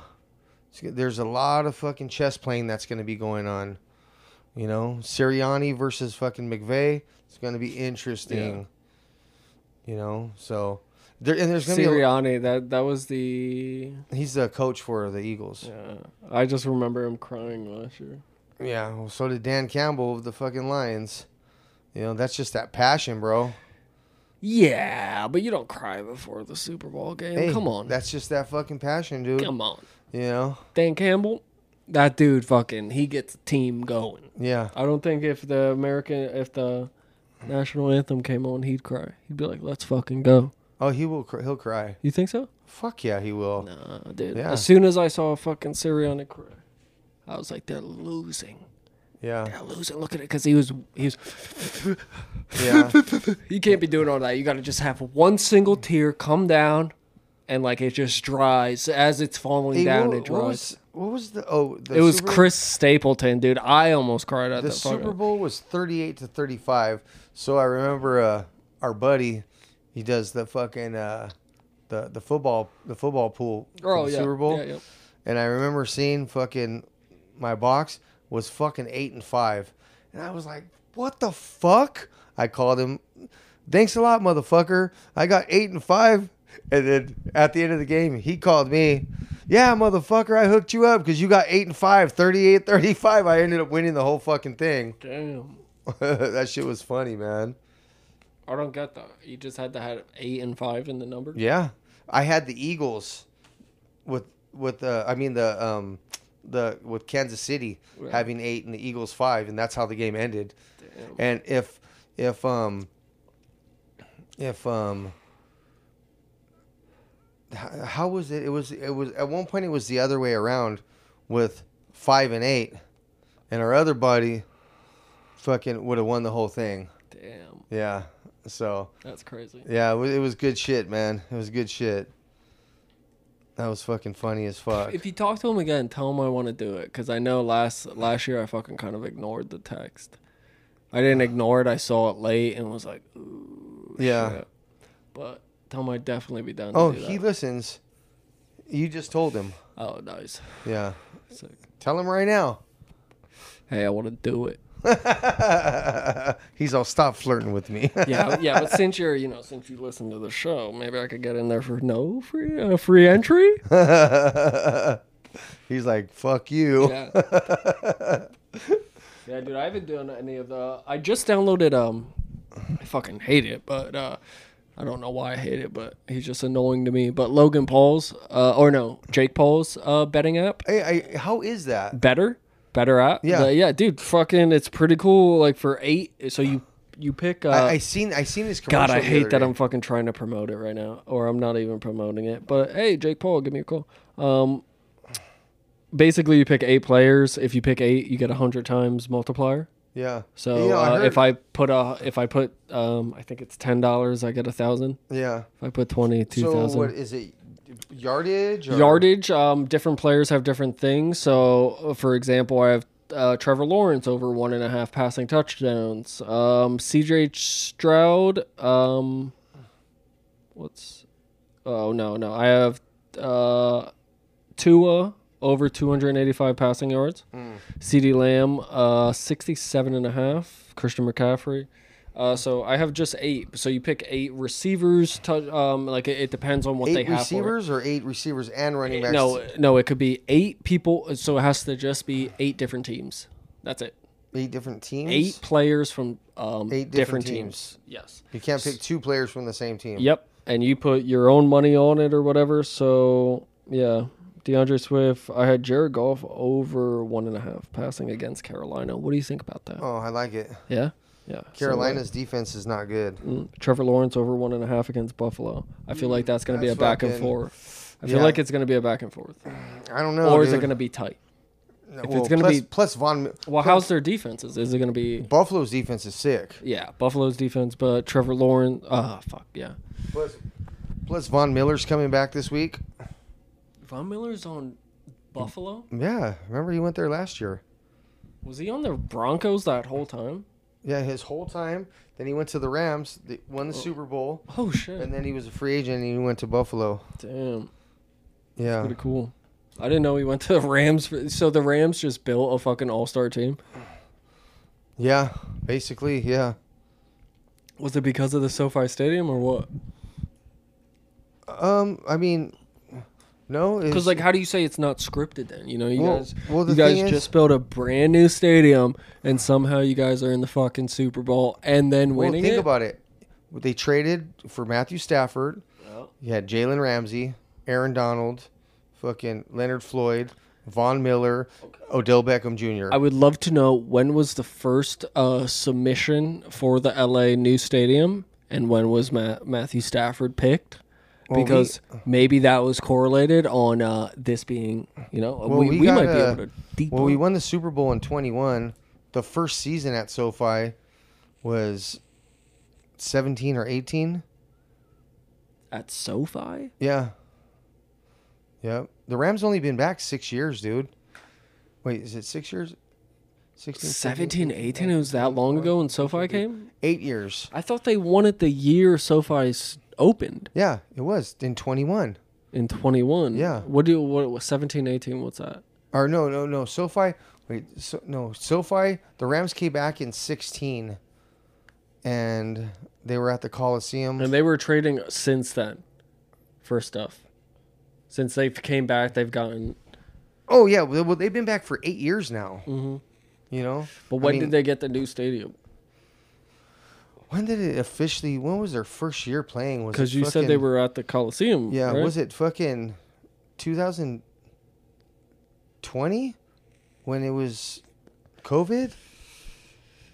[SPEAKER 2] It's g- There's a lot of fucking chess playing that's gonna be going on. You know, Sirianni versus fucking McVeigh. It's gonna be interesting. You know, so there and there's gonna
[SPEAKER 1] Sirianni. That that was the.
[SPEAKER 2] be. A, he's the coach for the Eagles.
[SPEAKER 1] Yeah, I just remember him crying last year.
[SPEAKER 2] Yeah, well, so did Dan Campbell of the fucking Lions. You know, that's just that passion, bro.
[SPEAKER 1] Yeah, but you don't cry before the Super Bowl game.
[SPEAKER 2] Hey,
[SPEAKER 1] Come on,
[SPEAKER 2] That's just that fucking passion, dude.
[SPEAKER 1] come on,
[SPEAKER 2] You know?
[SPEAKER 1] Dan Campbell. That dude, fucking, he gets the team going.
[SPEAKER 2] Yeah.
[SPEAKER 1] I don't think if the American, if the national anthem came on, he'd cry. He'd be like, "Let's fucking go."
[SPEAKER 2] Oh, he will. Cr- he'll cry.
[SPEAKER 1] You think so?
[SPEAKER 2] Fuck yeah, he will.
[SPEAKER 1] Nah, dude.
[SPEAKER 2] Yeah.
[SPEAKER 1] As soon as I saw a fucking Sirianni cry, I was like, they're losing.
[SPEAKER 2] Yeah.
[SPEAKER 1] They're losing. Look at it, because he was he was.
[SPEAKER 2] Yeah.
[SPEAKER 1] You can't be doing all that. You got to just have one single tear come down, and like it just dries as it's falling
[SPEAKER 2] Hey,
[SPEAKER 1] down.
[SPEAKER 2] what,
[SPEAKER 1] it dries.
[SPEAKER 2] what was what was the oh the
[SPEAKER 1] it was
[SPEAKER 2] Super,
[SPEAKER 1] Chris Stapleton, dude. I almost cried at
[SPEAKER 2] The
[SPEAKER 1] that fucking.
[SPEAKER 2] Super Bowl was thirty eight to thirty five. So I remember uh, our buddy, he does the fucking uh, the the football the football pool for
[SPEAKER 1] Oh
[SPEAKER 2] the
[SPEAKER 1] yeah,
[SPEAKER 2] Super Bowl.
[SPEAKER 1] yeah, yeah.
[SPEAKER 2] and I remember seeing fucking my box was fucking eight and five, and I was like, "What the fuck?" I called him. Thanks a lot, motherfucker. I got eight and five, and then at the end of the game, he called me. Yeah, motherfucker, I hooked you up because you got eight and five, 38, 35. I ended up winning the whole fucking thing.
[SPEAKER 1] Damn.
[SPEAKER 2] that shit was funny, man.
[SPEAKER 1] I don't get that. You just had to have eight and five in the number.
[SPEAKER 2] Yeah, I had the Eagles with with uh, I mean the um the with Kansas City
[SPEAKER 1] Right.
[SPEAKER 2] having eight and the Eagles five, and that's how the game ended.
[SPEAKER 1] Damn.
[SPEAKER 2] And if if um if um h- how was it? It was it was at one point it was the other way around with five and eight, and our other buddy fucking would have won the whole thing.
[SPEAKER 1] Damn.
[SPEAKER 2] Yeah, so.
[SPEAKER 1] That's crazy.
[SPEAKER 2] Yeah, it was, it was good shit, man. It was good shit. That was fucking funny as fuck.
[SPEAKER 1] If you talk to him again, tell him I want to do it because I know last last year I fucking kind of ignored the text. I didn't ignore it. I saw it late and was like, ooh,
[SPEAKER 2] Yeah.
[SPEAKER 1] shit. But tell him I'd definitely be down. To
[SPEAKER 2] Oh,
[SPEAKER 1] do
[SPEAKER 2] he
[SPEAKER 1] that.
[SPEAKER 2] listens. You just told him.
[SPEAKER 1] oh, nice.
[SPEAKER 2] Yeah.
[SPEAKER 1] Sick.
[SPEAKER 2] Tell him right now.
[SPEAKER 1] Hey, I want to do it.
[SPEAKER 2] He's all stop flirting with me.
[SPEAKER 1] Yeah, yeah. But since you're, you know, since you listen to the show, maybe I could get in there for no free uh, free entry.
[SPEAKER 2] He's like, fuck you.
[SPEAKER 1] yeah. yeah, dude, I haven't done any of the. I just downloaded. Um, I fucking hate it, but uh, I don't know why I hate it, but he's just annoying to me. But Logan Paul's, uh, or no, Jake Paul's uh, betting app,
[SPEAKER 2] Hey, I, how is that?
[SPEAKER 1] better, better app.
[SPEAKER 2] Yeah.
[SPEAKER 1] But yeah, dude, fucking, it's pretty cool. Like for eight, so you you pick. Uh,
[SPEAKER 2] I, I seen I seen this commercial.
[SPEAKER 1] God, I
[SPEAKER 2] the
[SPEAKER 1] hate
[SPEAKER 2] other
[SPEAKER 1] that
[SPEAKER 2] day.
[SPEAKER 1] I'm fucking trying to promote it right now, or I'm not even promoting it. But hey, Jake Paul, give me a call. Um, basically, you pick eight players. If you pick eight, you get a hundred times multiplier.
[SPEAKER 2] Yeah.
[SPEAKER 1] So
[SPEAKER 2] You know,
[SPEAKER 1] uh,
[SPEAKER 2] heard-
[SPEAKER 1] if I put a, if I put, um, I think it's ten dollars, I get a thousand.
[SPEAKER 2] yeah.
[SPEAKER 1] If I put twenty, two
[SPEAKER 2] So
[SPEAKER 1] thousand.
[SPEAKER 2] what is it? Yardage. Or?
[SPEAKER 1] Yardage, um, different players have different things. So, uh, for example, I have uh, Trevor Lawrence over one and a half passing touchdowns. Um, CJ Stroud, um, what's? Oh no, no, I have uh, Tua over 285 passing yards.
[SPEAKER 2] Hmm.
[SPEAKER 1] CD Lamb, uh, 67 and a half. Christian McCaffrey. Uh, so I have just eight. So you pick eight receivers. Touch, um, like it, it depends on what they
[SPEAKER 2] Eight
[SPEAKER 1] have. for it.
[SPEAKER 2] receivers or eight receivers and running backs.
[SPEAKER 1] No, no, it could be eight people. So it has to just be eight different teams. That's it.
[SPEAKER 2] Eight different teams.
[SPEAKER 1] Eight players from um,
[SPEAKER 2] Eight different
[SPEAKER 1] different,
[SPEAKER 2] teams.
[SPEAKER 1] teams. Yes.
[SPEAKER 2] You can't pick two players from the same team.
[SPEAKER 1] Yep. And you put your own money on it or whatever. So yeah, DeAndre Swift. I had Jared Goff over one and a half passing against Carolina. What do you think about that?
[SPEAKER 2] Oh, I like it.
[SPEAKER 1] Yeah. Yeah. So,
[SPEAKER 2] Carolina's defense is not good.
[SPEAKER 1] uh, mm, Trevor Lawrence over one and a half against Buffalo. I feel like that's going to be a
[SPEAKER 2] that's
[SPEAKER 1] back and
[SPEAKER 2] fucking-
[SPEAKER 1] forth. I feel
[SPEAKER 2] Yeah.
[SPEAKER 1] like it's going to be a back and forth.
[SPEAKER 2] I don't know.
[SPEAKER 1] or is it
[SPEAKER 2] dude.
[SPEAKER 1] going to be tight?
[SPEAKER 2] No,
[SPEAKER 1] if
[SPEAKER 2] well,
[SPEAKER 1] it's gonna
[SPEAKER 2] plus-
[SPEAKER 1] be-
[SPEAKER 2] plus Von
[SPEAKER 1] Well, how's their defenses? Is it going to be
[SPEAKER 2] Buffalo's defense is sick.
[SPEAKER 1] Yeah, Buffalo's defense, but Trevor Lawrence. Ah, fuck yeah.
[SPEAKER 2] Plus, plus Von Miller's coming back this week.
[SPEAKER 1] Von Miller's on Buffalo.
[SPEAKER 2] Yeah, remember he went there last year.
[SPEAKER 1] Was he on the Broncos that whole time?
[SPEAKER 2] Yeah, his whole time. Then he went to the Rams, they won the Super Bowl,
[SPEAKER 1] Oh shit!
[SPEAKER 2] and then he was a free agent and he went to Buffalo.
[SPEAKER 1] Damn,
[SPEAKER 2] Yeah,
[SPEAKER 1] pretty cool. I didn't know he went to the Rams. For, so the Rams just built a fucking all-star team.
[SPEAKER 2] yeah, basically, yeah.
[SPEAKER 1] Was it because of the SoFi Stadium or what?
[SPEAKER 2] Um, I mean, no,
[SPEAKER 1] Because
[SPEAKER 2] it's-
[SPEAKER 1] like, how do you say it's not scripted? Then you know, you
[SPEAKER 2] Well-
[SPEAKER 1] guys,
[SPEAKER 2] well, the
[SPEAKER 1] you guys
[SPEAKER 2] thing is-
[SPEAKER 1] just built a brand new stadium, and somehow you guys are in the fucking Super Bowl and then
[SPEAKER 2] well,
[SPEAKER 1] winning
[SPEAKER 2] think
[SPEAKER 1] it.
[SPEAKER 2] about it. They traded for Matthew Stafford.
[SPEAKER 1] Oh.
[SPEAKER 2] You had Jalen Ramsey, Aaron Donald, fucking Leonard Floyd, Von Miller, Odell Beckham Jr.
[SPEAKER 1] I would love to know when was the first uh, submission for the LA new stadium, and when was Ma- Matthew Stafford picked?
[SPEAKER 2] we-
[SPEAKER 1] Because maybe that was correlated on uh, this being, you know, we,
[SPEAKER 2] we
[SPEAKER 1] we, might
[SPEAKER 2] got
[SPEAKER 1] be
[SPEAKER 2] a-
[SPEAKER 1] able to deep.
[SPEAKER 2] well, we won the Super Bowl in 21. The first season at SoFi was 17 or 18.
[SPEAKER 1] at SoFi.
[SPEAKER 2] Yeah. Yep. The Rams only been back six years, dude. Wait, is it six years? 16,
[SPEAKER 1] 17, 18, it was that long ago when SoFi came?
[SPEAKER 2] Eight years.
[SPEAKER 1] I thought they won it the year SoFi s- opened.
[SPEAKER 2] Yeah, it was in 21.
[SPEAKER 1] in 21.
[SPEAKER 2] Yeah.
[SPEAKER 1] What do you, what, what 17, 18, what's that?
[SPEAKER 2] Or no, no, no. SoFi. Wait, so, no. SoFi. The Rams came back in sixteen, and they were at the Coliseum.
[SPEAKER 1] And they were trading since then for stuff. Since they came back, they've gotten.
[SPEAKER 2] oh yeah, well well, they've been back for eight years now. You know.
[SPEAKER 1] But when did they get the new stadium?
[SPEAKER 2] When did it officially? When was their first year playing? Was it
[SPEAKER 1] Because you said they
[SPEAKER 2] fucking-
[SPEAKER 1] were at the Coliseum.
[SPEAKER 2] Yeah.
[SPEAKER 1] right?
[SPEAKER 2] Was it fucking 2020 when it was COVID?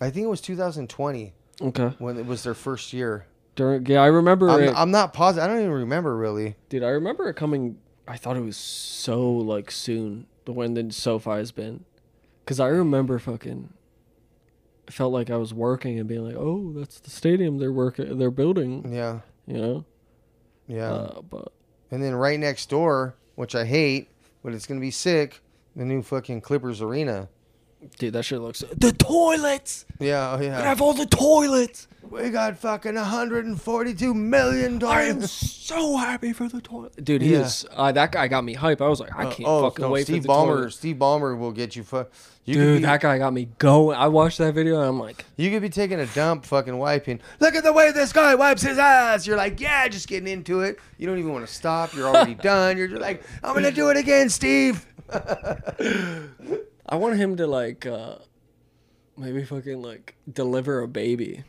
[SPEAKER 2] I think it was 2020
[SPEAKER 1] Okay.
[SPEAKER 2] when it was their first year.
[SPEAKER 1] During, yeah, I remember
[SPEAKER 2] I'm,
[SPEAKER 1] it.
[SPEAKER 2] I'm not positive. I don't even remember really.
[SPEAKER 1] Dude, I remember it coming. I thought it was so like soon. The when the SoFi has been, because I remember fucking. I felt like I was working and being like, "Oh, that's the stadium they're working, they're building,"
[SPEAKER 2] Yeah.
[SPEAKER 1] you know.
[SPEAKER 2] Yeah.
[SPEAKER 1] Uh, but
[SPEAKER 2] and then right next door, which I hate, but it's going to be sick, the new fucking Clippers Arena.
[SPEAKER 1] dude, that shit looks. The toilets.
[SPEAKER 2] Yeah. Oh,
[SPEAKER 1] I
[SPEAKER 2] yeah.
[SPEAKER 1] have all the toilets.
[SPEAKER 2] We got fucking 142 million
[SPEAKER 1] I am
[SPEAKER 2] dollars.
[SPEAKER 1] so happy for the toilet, dude. He
[SPEAKER 2] Yeah. Uh, oh,
[SPEAKER 1] is. Uh, that guy got me hype. I was like, I can't fucking wait
[SPEAKER 2] Steve
[SPEAKER 1] for the
[SPEAKER 2] Ballmer.
[SPEAKER 1] toilets.
[SPEAKER 2] Steve Ballmer will get you. Fu- you could
[SPEAKER 1] Dude,
[SPEAKER 2] be-
[SPEAKER 1] that guy got me going. I watched that video and I'm like,
[SPEAKER 2] You could be taking a dump, fucking wiping. Look at the way this guy wipes his ass. You're like, yeah, just getting into it. You don't even want to stop. You're already done. You're just like, I'm gonna do it again, Steve.
[SPEAKER 1] I want him to like uh maybe fucking like deliver a baby.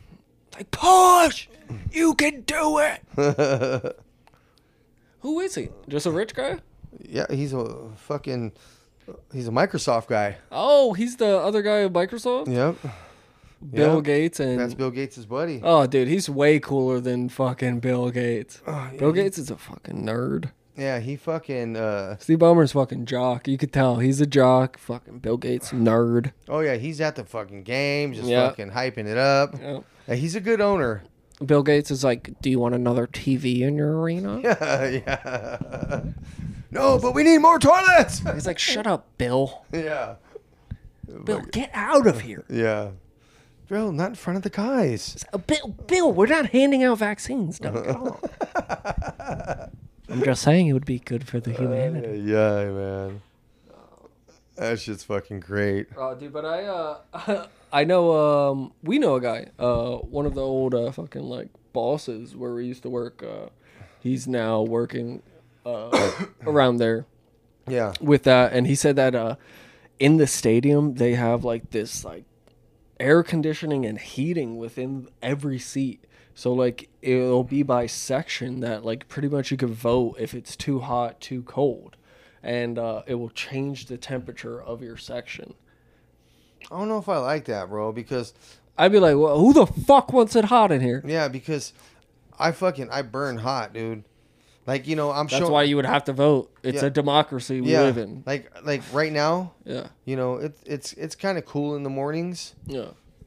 [SPEAKER 1] Like push, you can do it. Who is he? Just a rich guy?
[SPEAKER 2] yeah, he's a fucking, he's a Microsoft guy.
[SPEAKER 1] Oh, he's the other guy at Microsoft.
[SPEAKER 2] Yep,
[SPEAKER 1] Bill
[SPEAKER 2] yeah.
[SPEAKER 1] Gates and
[SPEAKER 2] that's Bill Gates' buddy.
[SPEAKER 1] oh, dude, he's way cooler than fucking Bill Gates.
[SPEAKER 2] Oh,
[SPEAKER 1] Bill Gates is a fucking nerd.
[SPEAKER 2] Yeah, he fucking. Uh,
[SPEAKER 1] Steve Ballmer's fucking jock. You could tell he's a jock. Fucking Bill Gates nerd.
[SPEAKER 2] oh yeah, he's at the fucking game, just
[SPEAKER 1] Yeah.
[SPEAKER 2] fucking hyping it up.
[SPEAKER 1] Yeah.
[SPEAKER 2] Uh, he's a good owner.
[SPEAKER 1] Bill Gates is like, do you want another TV in your arena?
[SPEAKER 2] yeah. No, but we need more toilets.
[SPEAKER 1] He's like, shut up, Bill.
[SPEAKER 2] yeah.
[SPEAKER 1] Bill, get out of here.
[SPEAKER 2] Yeah. Bro, not in front of the guys.
[SPEAKER 1] Uh, Bill, Bill, we're not handing out vaccines. Don't go. I'm just saying it would be good for the humanity.
[SPEAKER 2] Yeah, man. That shit's fucking great.
[SPEAKER 1] Oh, dude, but I, uh, I know, um, we know a guy, uh, one of the old, uh, fucking like bosses where we used to work. Uh, he's now working, uh, around there
[SPEAKER 2] Yeah.
[SPEAKER 1] with that, and he said that, uh, in the stadium they have like this like air conditioning and heating within every seat. So like it'll be by section that like pretty much you could vote if it's too hot, too cold, and uh, it will change the temperature of your section.
[SPEAKER 2] I don't know if I like that, bro, because
[SPEAKER 1] I'd be like, well, who the fuck wants it hot in here?
[SPEAKER 2] yeah, because I fucking I burn hot, dude. Like, you know, I'm
[SPEAKER 1] That's
[SPEAKER 2] showing
[SPEAKER 1] why you would have to vote. It's
[SPEAKER 2] Yeah.
[SPEAKER 1] a democracy we
[SPEAKER 2] yeah,
[SPEAKER 1] live in.
[SPEAKER 2] Like like right now,
[SPEAKER 1] Yeah,
[SPEAKER 2] you know, it's it's it's kind of cool in the mornings,
[SPEAKER 1] yeah.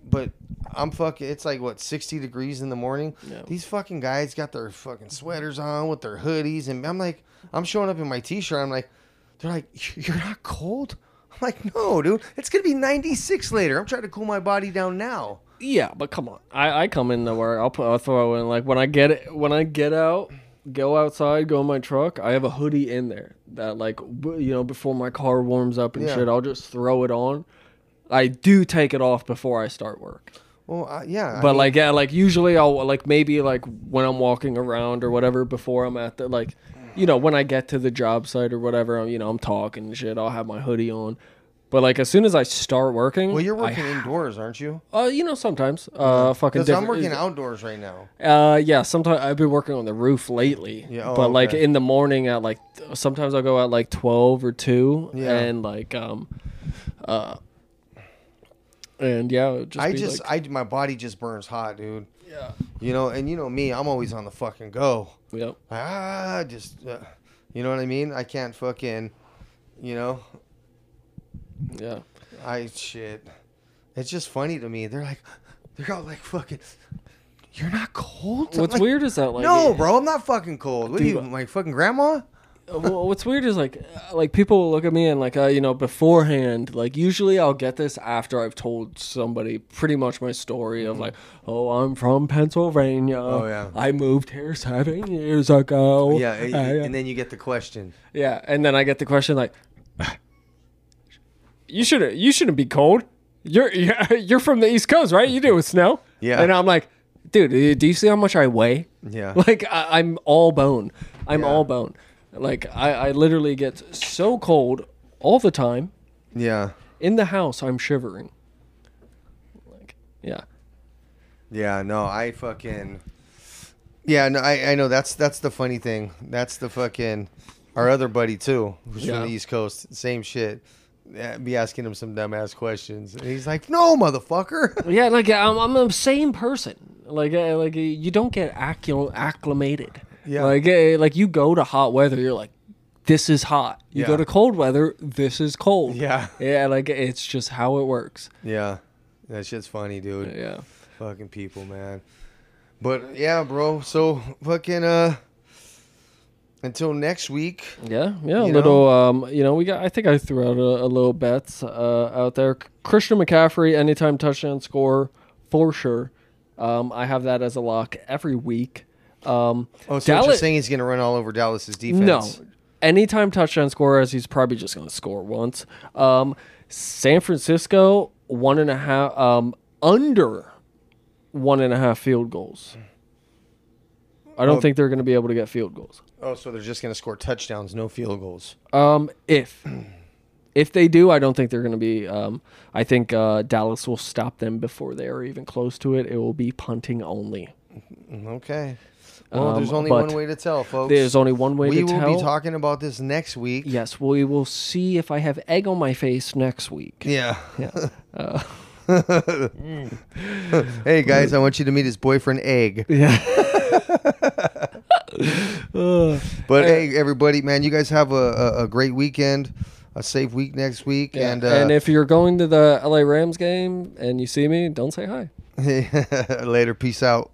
[SPEAKER 2] but I'm fucking it's like what 60 degrees in the morning.
[SPEAKER 1] Yeah.
[SPEAKER 2] These fucking guys got their fucking sweaters on with their hoodies and I'm like I'm showing up in my t-shirt. I'm like they're like you're not cold? I'm like no, dude. It's going to be 96 later. I'm trying to cool my body down now.
[SPEAKER 1] Yeah, but come on. I, I come in to work. I'll put I'll throw in like when I get it when I get out, go outside, go in my truck. I have a hoodie in there that like w- you know before my car warms up and
[SPEAKER 2] Yeah.
[SPEAKER 1] shit. I'll just throw it on. I do take it off before I start work.
[SPEAKER 2] Well, I, yeah. I
[SPEAKER 1] But
[SPEAKER 2] mean,
[SPEAKER 1] like yeah, like usually I'll like maybe like when I'm walking around or whatever before I'm at the like you know when I get to the job site or whatever I'm you know I'm talking and shit. I'll have my hoodie on. But like as soon as I start working,
[SPEAKER 2] well, you're
[SPEAKER 1] I-
[SPEAKER 2] working indoors, aren't you?
[SPEAKER 1] uh, you know sometimes uh fucking
[SPEAKER 2] Cuz I'm
[SPEAKER 1] different-
[SPEAKER 2] working outdoors right now.
[SPEAKER 1] uh, yeah. Sometimes I've been working on the roof lately.
[SPEAKER 2] Yeah, oh,
[SPEAKER 1] but like
[SPEAKER 2] okay.
[SPEAKER 1] in the morning at like sometimes I'll go at like twelve or two.
[SPEAKER 2] Yeah.
[SPEAKER 1] And like um, uh, and yeah, it would just
[SPEAKER 2] I
[SPEAKER 1] be
[SPEAKER 2] just
[SPEAKER 1] like,
[SPEAKER 2] I my body just burns hot, dude.
[SPEAKER 1] yeah,
[SPEAKER 2] You know, and you know me, I'm always on the fucking go.
[SPEAKER 1] yeah.
[SPEAKER 2] ah, just, uh, you know what I mean? I can't fucking, you know,
[SPEAKER 1] yeah.
[SPEAKER 2] I shit. It's just funny to me. They're like, they're all like fucking. You're not cold. I'm
[SPEAKER 1] What's
[SPEAKER 2] like,
[SPEAKER 1] weird is that like
[SPEAKER 2] No, bro, I'm not fucking cold. What are
[SPEAKER 1] Dude,
[SPEAKER 2] you, my fucking grandma?
[SPEAKER 1] well, what's weird is like uh, like people will look at me and like uh, you know beforehand like usually I'll get this after I've told somebody pretty much my story of like oh I'm from Pennsylvania
[SPEAKER 2] Mm-hmm. Oh, yeah.
[SPEAKER 1] I moved here seven years ago
[SPEAKER 2] Yeah, and,
[SPEAKER 1] Uh,
[SPEAKER 2] and then you get the question.
[SPEAKER 1] yeah, and then I get the question like, "You should you shouldn't be cold. You're you're you're from the East Coast, right? You deal with snow."
[SPEAKER 2] Yeah.
[SPEAKER 1] and I'm like, dude, do you see how much I weigh?
[SPEAKER 2] Yeah.
[SPEAKER 1] like I, I'm all bone. I'm
[SPEAKER 2] Yeah.
[SPEAKER 1] all bone. Like I, I literally get so cold all the time
[SPEAKER 2] Yeah,
[SPEAKER 1] in the house. I'm shivering. Like yeah,
[SPEAKER 2] yeah. No, I fucking. Yeah, no, I, I know that's that's the funny thing. That's the fucking our other buddy too, who's
[SPEAKER 1] Yeah.
[SPEAKER 2] from the East Coast. Same shit. Yeah, Be asking him some dumbass questions, and he's like, "No, motherfucker."
[SPEAKER 1] yeah. Like I'm I'm the same person. Like uh, like uh, you don't get accul- acclimated.
[SPEAKER 2] Yeah.
[SPEAKER 1] Like uh, like you go to hot weather, you're like, this is hot. You
[SPEAKER 2] Yeah.
[SPEAKER 1] go to cold weather, this is cold.
[SPEAKER 2] Yeah.
[SPEAKER 1] Yeah. Like it's just how it works.
[SPEAKER 2] yeah, that shit's funny, dude.
[SPEAKER 1] Yeah.
[SPEAKER 2] Fucking people, man. But yeah, bro. So fucking uh until next week.
[SPEAKER 1] Yeah, yeah, a
[SPEAKER 2] You
[SPEAKER 1] little. Um, you know, we got. I think I threw out a, a little bets uh, out there. Christian McCaffrey, anytime touchdown score for sure. Um, I have that as a lock every week. Um,
[SPEAKER 2] Oh, so what you're
[SPEAKER 1] Dallas-
[SPEAKER 2] saying he's gonna run all over Dallas's
[SPEAKER 1] no,
[SPEAKER 2] defense.
[SPEAKER 1] anytime touchdown score, as he's probably just going to score once. Um, San Francisco one and a half um, under one and a half field goals. I don't think they're going to be able to get field goals.
[SPEAKER 2] Oh, so they're just gonna score touchdowns, no field goals.
[SPEAKER 1] Um, if if they do, I don't think they're going to be. Um, I think uh, Dallas will stop them before they are even close to it. It will be punting only.
[SPEAKER 2] Okay. Well,
[SPEAKER 1] Um,
[SPEAKER 2] there's only
[SPEAKER 1] but
[SPEAKER 2] one way to tell, folks.
[SPEAKER 1] There's only one way
[SPEAKER 2] we
[SPEAKER 1] to
[SPEAKER 2] will
[SPEAKER 1] tell.
[SPEAKER 2] be talking about this next week.
[SPEAKER 1] yes, we will see if I have egg on my face next week.
[SPEAKER 2] Yeah.
[SPEAKER 1] Yeah.
[SPEAKER 2] Hey guys, I want you to meet his boyfriend Egg.
[SPEAKER 1] Yeah. Ugh.
[SPEAKER 2] But hey, everybody, man, you guys have a, a, a great weekend, a safe week next week,
[SPEAKER 1] Yeah,
[SPEAKER 2] and uh,
[SPEAKER 1] if you're going to the LA Rams game and you see me, don't say hi.
[SPEAKER 2] later, peace out.